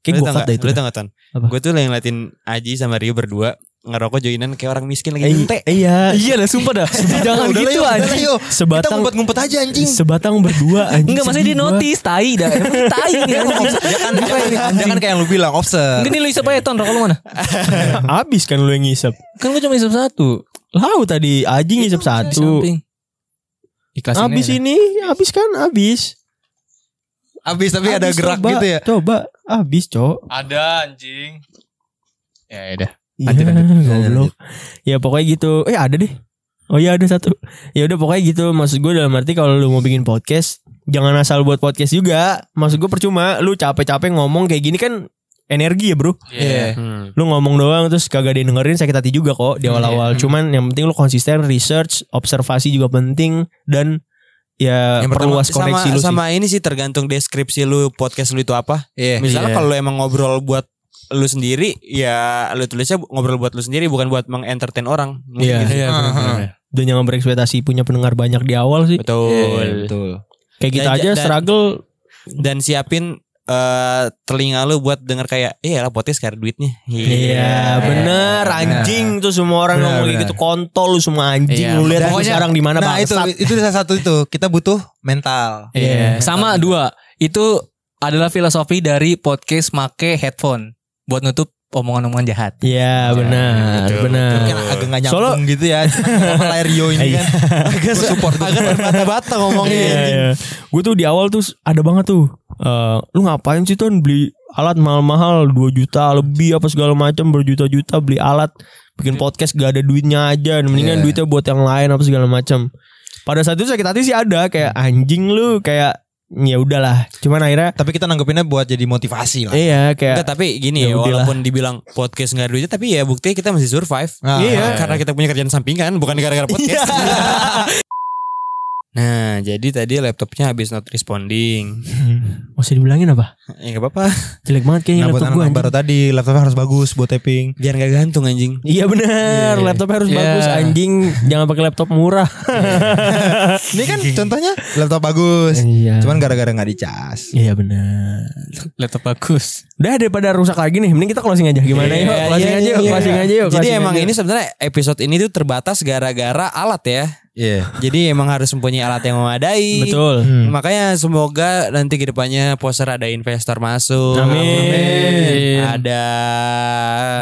Speaker 2: Kayak gue
Speaker 4: Lu tau
Speaker 2: cut
Speaker 4: gak-
Speaker 2: deh itu.
Speaker 4: lu tau gak, Ton?
Speaker 2: Apa?
Speaker 4: Gue tuh yang ngeliatin Aji sama Rio berdua ngerokok joinan kayak orang miskin lagi
Speaker 2: Eh,
Speaker 4: nyuntek.
Speaker 2: Iya.
Speaker 1: iya lah sumpah dah jangan
Speaker 3: Udah lah,
Speaker 1: gitu
Speaker 3: yuk, udah
Speaker 1: aja
Speaker 3: lah, yuk. Kita
Speaker 2: Sebatang
Speaker 3: ngumpet-ngumpet aja anjing.
Speaker 2: sebatang berdua anjing.
Speaker 1: Enggak maksudnya
Speaker 2: Sedih
Speaker 1: dia
Speaker 2: gua.
Speaker 1: notice Tai dah Emang Tai nih
Speaker 4: kan?
Speaker 3: Jangan jangan kayak yang lu bilang offset.
Speaker 1: Enggak nih lu isep aja ya, Ton Rokok lu mana
Speaker 2: Abis kan lu yang ngisep
Speaker 1: Kan gua cuma isep satu
Speaker 2: Lau tadi Aji ngisep
Speaker 1: Di
Speaker 2: satu
Speaker 1: samping Ikhlas ya.
Speaker 2: Abis ini Abis kan abis
Speaker 3: Abis tapi ada
Speaker 2: Abis,
Speaker 3: gerak
Speaker 2: coba,
Speaker 3: gitu ya.
Speaker 2: Coba Abis cok
Speaker 1: Ada anjing Ya udah
Speaker 2: Iya
Speaker 1: Lanjut, lanjut.
Speaker 2: goblok. Ya pokoknya gitu Eh ada deh Oh iya ada satu Ya udah pokoknya gitu Maksud gue dalam arti Kalau lu mau bikin podcast Jangan asal buat podcast juga Maksud gue percuma Lu capek-capek ngomong kayak gini kan Energi ya bro
Speaker 1: Iya
Speaker 4: Hmm.
Speaker 2: Lu ngomong doang Terus kagak ada yang dengerin Sakit hati juga kok
Speaker 4: Iya,
Speaker 2: Di awal-awal Cuman yang penting lu konsisten Research Observasi juga penting Dan Ya
Speaker 4: Yang pertama,
Speaker 2: perluas koneksi
Speaker 4: sama,
Speaker 2: lu sih.
Speaker 4: sama ini sih tergantung deskripsi lu podcast lu itu apa.
Speaker 3: Iya.
Speaker 4: Misalnya
Speaker 2: Iya.
Speaker 4: kalau lu emang ngobrol buat lu sendiri ya lu tulisnya ngobrol buat lu sendiri bukan buat mengentertain orang. Mungkin
Speaker 2: Iya,
Speaker 4: gitu.
Speaker 3: iya, benar-benar.
Speaker 2: dan jangan berekspektasi punya pendengar banyak di awal sih.
Speaker 4: Betul.
Speaker 3: Iya, betul.
Speaker 2: Kayak kita
Speaker 4: Dan-
Speaker 2: aja
Speaker 4: dan-
Speaker 2: struggle
Speaker 4: Dan siapin eh, telinga lu buat denger kayak iya lah podcast kayak ada duitnya.
Speaker 2: Iya bener anjing tuh semua orang
Speaker 3: Bener,
Speaker 2: ngomong
Speaker 3: bener.
Speaker 2: gitu kontol lu semua anjing
Speaker 4: Iya,
Speaker 2: lu lihat
Speaker 3: pokoknya-
Speaker 2: pokoknya, sekarang di mana
Speaker 3: Nah, itu
Speaker 2: bangsat.
Speaker 3: itu salah satu itu. Kita butuh mental.
Speaker 1: Iya. Sama dua. Itu adalah filosofi dari podcast make headphone buat nutup omongan-omongan jahat.
Speaker 2: Iya benar
Speaker 4: betul,
Speaker 2: benar.
Speaker 3: Mungkin agak gak nyambung
Speaker 2: Soalnya-
Speaker 3: gitu ya. Sama Lair Rio ini kan. Agak support agak berbata-bata ngomongnya.
Speaker 2: Iya, iya. Gue tuh di awal tuh ada banget tuh. eh, lu ngapain sih tuh beli alat mahal-mahal 2 juta lebih apa segala macam berjuta-juta beli alat bikin podcast gak ada duitnya aja mendingan
Speaker 3: Iya.
Speaker 2: duitnya buat yang lain apa segala macam. Pada saat itu sakit hati sih ada kayak anjing lu kayak ya udahlah. Cuman akhirnya
Speaker 3: Tapi kita nanggepinnya buat jadi motivasi lah.
Speaker 2: iya kayak (clears throat)
Speaker 4: Enggak, tapi gini
Speaker 2: Ya
Speaker 4: ya,
Speaker 2: udahlah.
Speaker 4: walaupun dibilang podcast nggak ada duitnya tapi ya buktinya kita masih survive.
Speaker 3: Ah,
Speaker 4: Iya, karena kita punya kerjaan sampingan bukan gara-gara
Speaker 2: Iya.
Speaker 4: podcast. nah, jadi tadi laptopnya habis not responding.
Speaker 2: masih dibilangin apa?
Speaker 4: Ya enggak apa-apa,
Speaker 2: Jelek banget kayaknya
Speaker 3: Nah buat
Speaker 2: laptop gue
Speaker 3: anak baru tadi laptopnya harus bagus buat tapping.
Speaker 4: biar nggak gantung anjing.
Speaker 2: Iya bener
Speaker 4: Iya.
Speaker 2: Laptop harus
Speaker 1: Iya.
Speaker 2: bagus anjing Jangan pakai laptop murah
Speaker 3: Ini (laughs) kan contohnya laptop bagus.
Speaker 2: Iya
Speaker 3: Cuman gara-gara nggak dicas.
Speaker 2: Iya bener
Speaker 1: Laptop bagus.
Speaker 2: Udah daripada rusak lagi nih Mending kita closing aja Gimana
Speaker 4: Iya,
Speaker 2: yuk Closing
Speaker 4: iya,
Speaker 2: aja yuk
Speaker 4: iya.
Speaker 2: Closing aja yuk
Speaker 4: Jadi
Speaker 2: closing
Speaker 4: emang
Speaker 2: aja.
Speaker 4: ini sebenarnya episode ini tuh terbatas gara-gara alat ya.
Speaker 3: Iya.
Speaker 4: Jadi emang harus mempunyai alat yang memadai.
Speaker 2: Betul
Speaker 3: Hmm.
Speaker 4: Makanya semoga nanti ke depannya poster ada investor masuk.
Speaker 2: Amin.
Speaker 4: Ada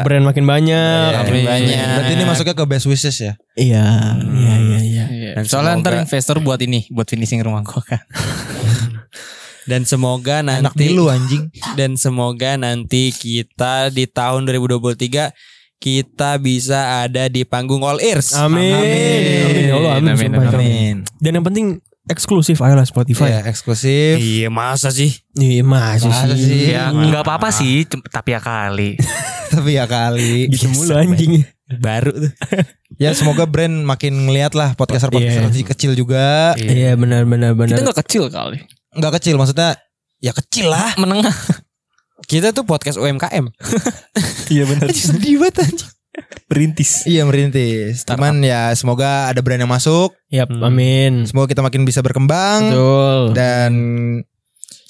Speaker 2: Brand makin banyak
Speaker 4: Iya,
Speaker 2: Amin.
Speaker 4: banyak.
Speaker 3: Berarti ini masuknya ke best wishes ya.
Speaker 2: Iya Iya iya iya
Speaker 4: Dan
Speaker 1: Soalnya
Speaker 4: semoga-
Speaker 1: ntar investor buat ini, buat finishing rumah gua kan.
Speaker 4: dan semoga
Speaker 3: Anak
Speaker 4: nanti
Speaker 3: milu anjing.
Speaker 4: dan semoga nanti kita di tahun 2023 kita bisa ada di panggung All Ears.
Speaker 2: Amin Amin ya Allah amin
Speaker 1: Amin,
Speaker 2: sumpah,
Speaker 1: amin.
Speaker 2: amin. Dan yang penting Eksklusif ayolah Spotify
Speaker 3: Iya eksklusif.
Speaker 4: Iya masa sih?
Speaker 2: Iya masih
Speaker 3: Masa sih?
Speaker 2: sih
Speaker 3: Iya.
Speaker 1: ya, Enggak apa-apa sih, cem- tapi ya kali.
Speaker 3: Tapi ya kali.
Speaker 2: Gitu mulu anjing
Speaker 4: Baru tuh.
Speaker 3: Ya semoga brand makin ngeliat lah podcaster podcaster kecil juga.
Speaker 2: Iya benar benar benar
Speaker 1: Kita enggak kecil kali.
Speaker 3: Nggak kecil maksudnya ya kecil lah.
Speaker 1: Menengah.
Speaker 4: Kita tuh podcast UMKM.
Speaker 2: Iya benar
Speaker 3: Sedih banget anjing.
Speaker 2: Perintis
Speaker 3: Iya merintis. Cuman ya semoga ada brand yang masuk.
Speaker 2: Yap amin
Speaker 3: Semoga kita makin bisa berkembang.
Speaker 2: Hmm. Betul
Speaker 3: Dan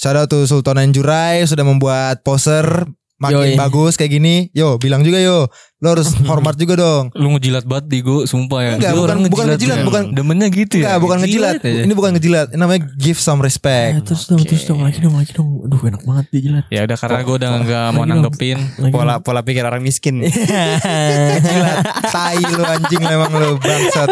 Speaker 3: shout out to Sultan Anjurai sudah membuat poster
Speaker 2: Yoi.
Speaker 3: makin bagus kayak gini. Yo, bilang juga yo. Lo harus hormat juga dong.
Speaker 1: Lu ngejilat banget di gua, sumpah ya.
Speaker 3: Enggak,
Speaker 1: Lu
Speaker 3: bukan-
Speaker 1: orang
Speaker 3: bukan ngejilat,
Speaker 1: ya.
Speaker 3: bukan-
Speaker 1: demennya gitu ya.
Speaker 3: Enggak, bukan ngejilat.
Speaker 1: aja.
Speaker 3: Ini bukan ngejilat. Ini namanya give some
Speaker 2: Eh,
Speaker 3: respect.
Speaker 2: terus dong, terus dong, lagi dong, lagi dong. Aduh, enak banget dijilat.
Speaker 1: Ya udah karena gua udah enggak mau
Speaker 2: Lagi dong.
Speaker 1: nanggepin.
Speaker 2: Lagi
Speaker 4: Pola pola pikir orang
Speaker 3: (laughs)
Speaker 4: miskin.
Speaker 3: Ngejilat. Tai lu anjing memang lu bangsat.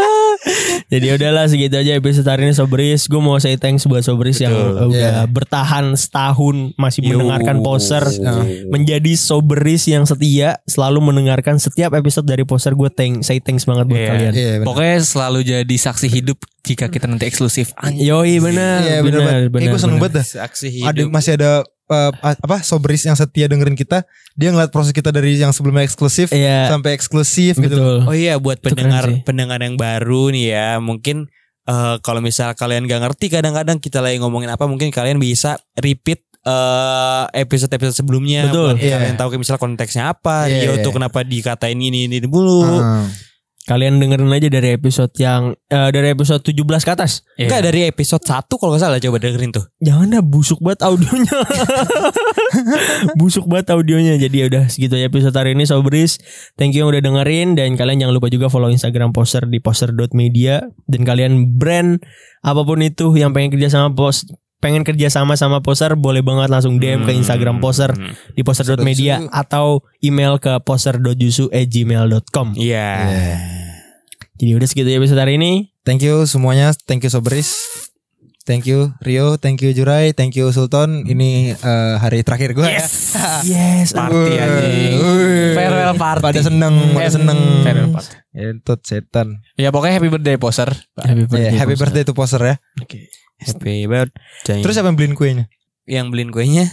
Speaker 2: Jadi udahlah segitu aja episode hari ini Sobris. Gue mau say thanks buat Sobris yang udah
Speaker 3: Yeah.
Speaker 2: bertahan setahun masih
Speaker 4: Yo.
Speaker 2: mendengarkan poser.
Speaker 4: Yo.
Speaker 2: Menjadi Sobris yang setia selalu mendengarkan setiap episode dari poser. Gue thank, say thanks banget buat
Speaker 1: Iya.
Speaker 2: kalian.
Speaker 3: Iya, bener.
Speaker 1: Pokoknya selalu jadi saksi hidup jika kita nanti eksklusif. Anjing.
Speaker 2: Yoi bener,
Speaker 3: Iya, bener banget. Eh, gue seneng banget dah.
Speaker 4: Saksi
Speaker 3: Ada
Speaker 4: hidup.
Speaker 3: masih ada eh, apa sobris yang setia dengerin kita. Dia ngeliat proses kita dari yang sebelumnya eksklusif
Speaker 2: Iya,
Speaker 3: sampai eksklusif gitu.
Speaker 2: betul.
Speaker 4: Oh iya buat
Speaker 2: Itu
Speaker 4: pendengar
Speaker 2: keren sih.
Speaker 4: pendengar yang baru nih ya mungkin eh, kalau misal kalian gak ngerti kadang-kadang kita lagi ngomongin apa mungkin kalian bisa repeat eh, episode-episode sebelumnya
Speaker 2: Betul.
Speaker 4: Buat
Speaker 3: Iya.
Speaker 4: kalian tahu kayak misal konteksnya apa
Speaker 3: Iya,
Speaker 4: Rio
Speaker 3: iya.
Speaker 4: tuh kenapa dikatain ini ini dulu
Speaker 3: Ah.
Speaker 2: Kalian dengerin aja dari episode yang eh, dari episode 17 ke atas.
Speaker 3: Iya.
Speaker 4: Enggak dari episode 1 kalau gak salah coba dengerin tuh
Speaker 2: Jangan dah busuk banget audionya. (laughs) busuk banget audionya. Jadi ya udah segitu aja episode hari ini Sobris. Thank you yang udah dengerin dan kalian jangan lupa juga follow Instagram poster di poster.media dan kalian brand apapun itu yang pengen kerja sama pos pengen kerja sama sama poster boleh banget langsung DM ke Instagram poster
Speaker 4: Hmm.
Speaker 2: di poster.media atau email ke poster.jusu@gmail.com.
Speaker 4: Iya
Speaker 3: Iya.
Speaker 2: Jadi udah segitu aja episode hari ini.
Speaker 3: Thank you semuanya, thank you Sobris. Thank you Rio, thank you Jurai, thank you Sultan. Ini eh, hari terakhir ya. gue.
Speaker 4: Yes
Speaker 3: Ah.
Speaker 2: Yes,
Speaker 4: Party anjing
Speaker 1: Farewell party.
Speaker 3: Pada seneng, pada seneng.
Speaker 1: Farewell party.
Speaker 3: Entut setan.
Speaker 1: Ya pokoknya happy birthday poser.
Speaker 2: Happy
Speaker 3: Yeah, happy birthday to poser ya.
Speaker 4: Happy birthday
Speaker 3: Terus
Speaker 4: Terus
Speaker 3: siapa yang beliin kuenya?
Speaker 4: yang beliin kuenya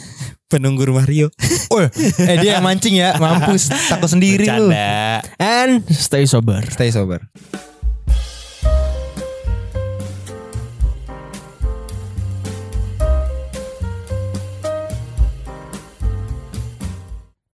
Speaker 4: Penunggu rumah Rio
Speaker 3: Oh, eh dia yang mancing ya, mampus. Takut sendiri lu.
Speaker 4: Bercanda
Speaker 2: and stay sober.
Speaker 3: Stay sober.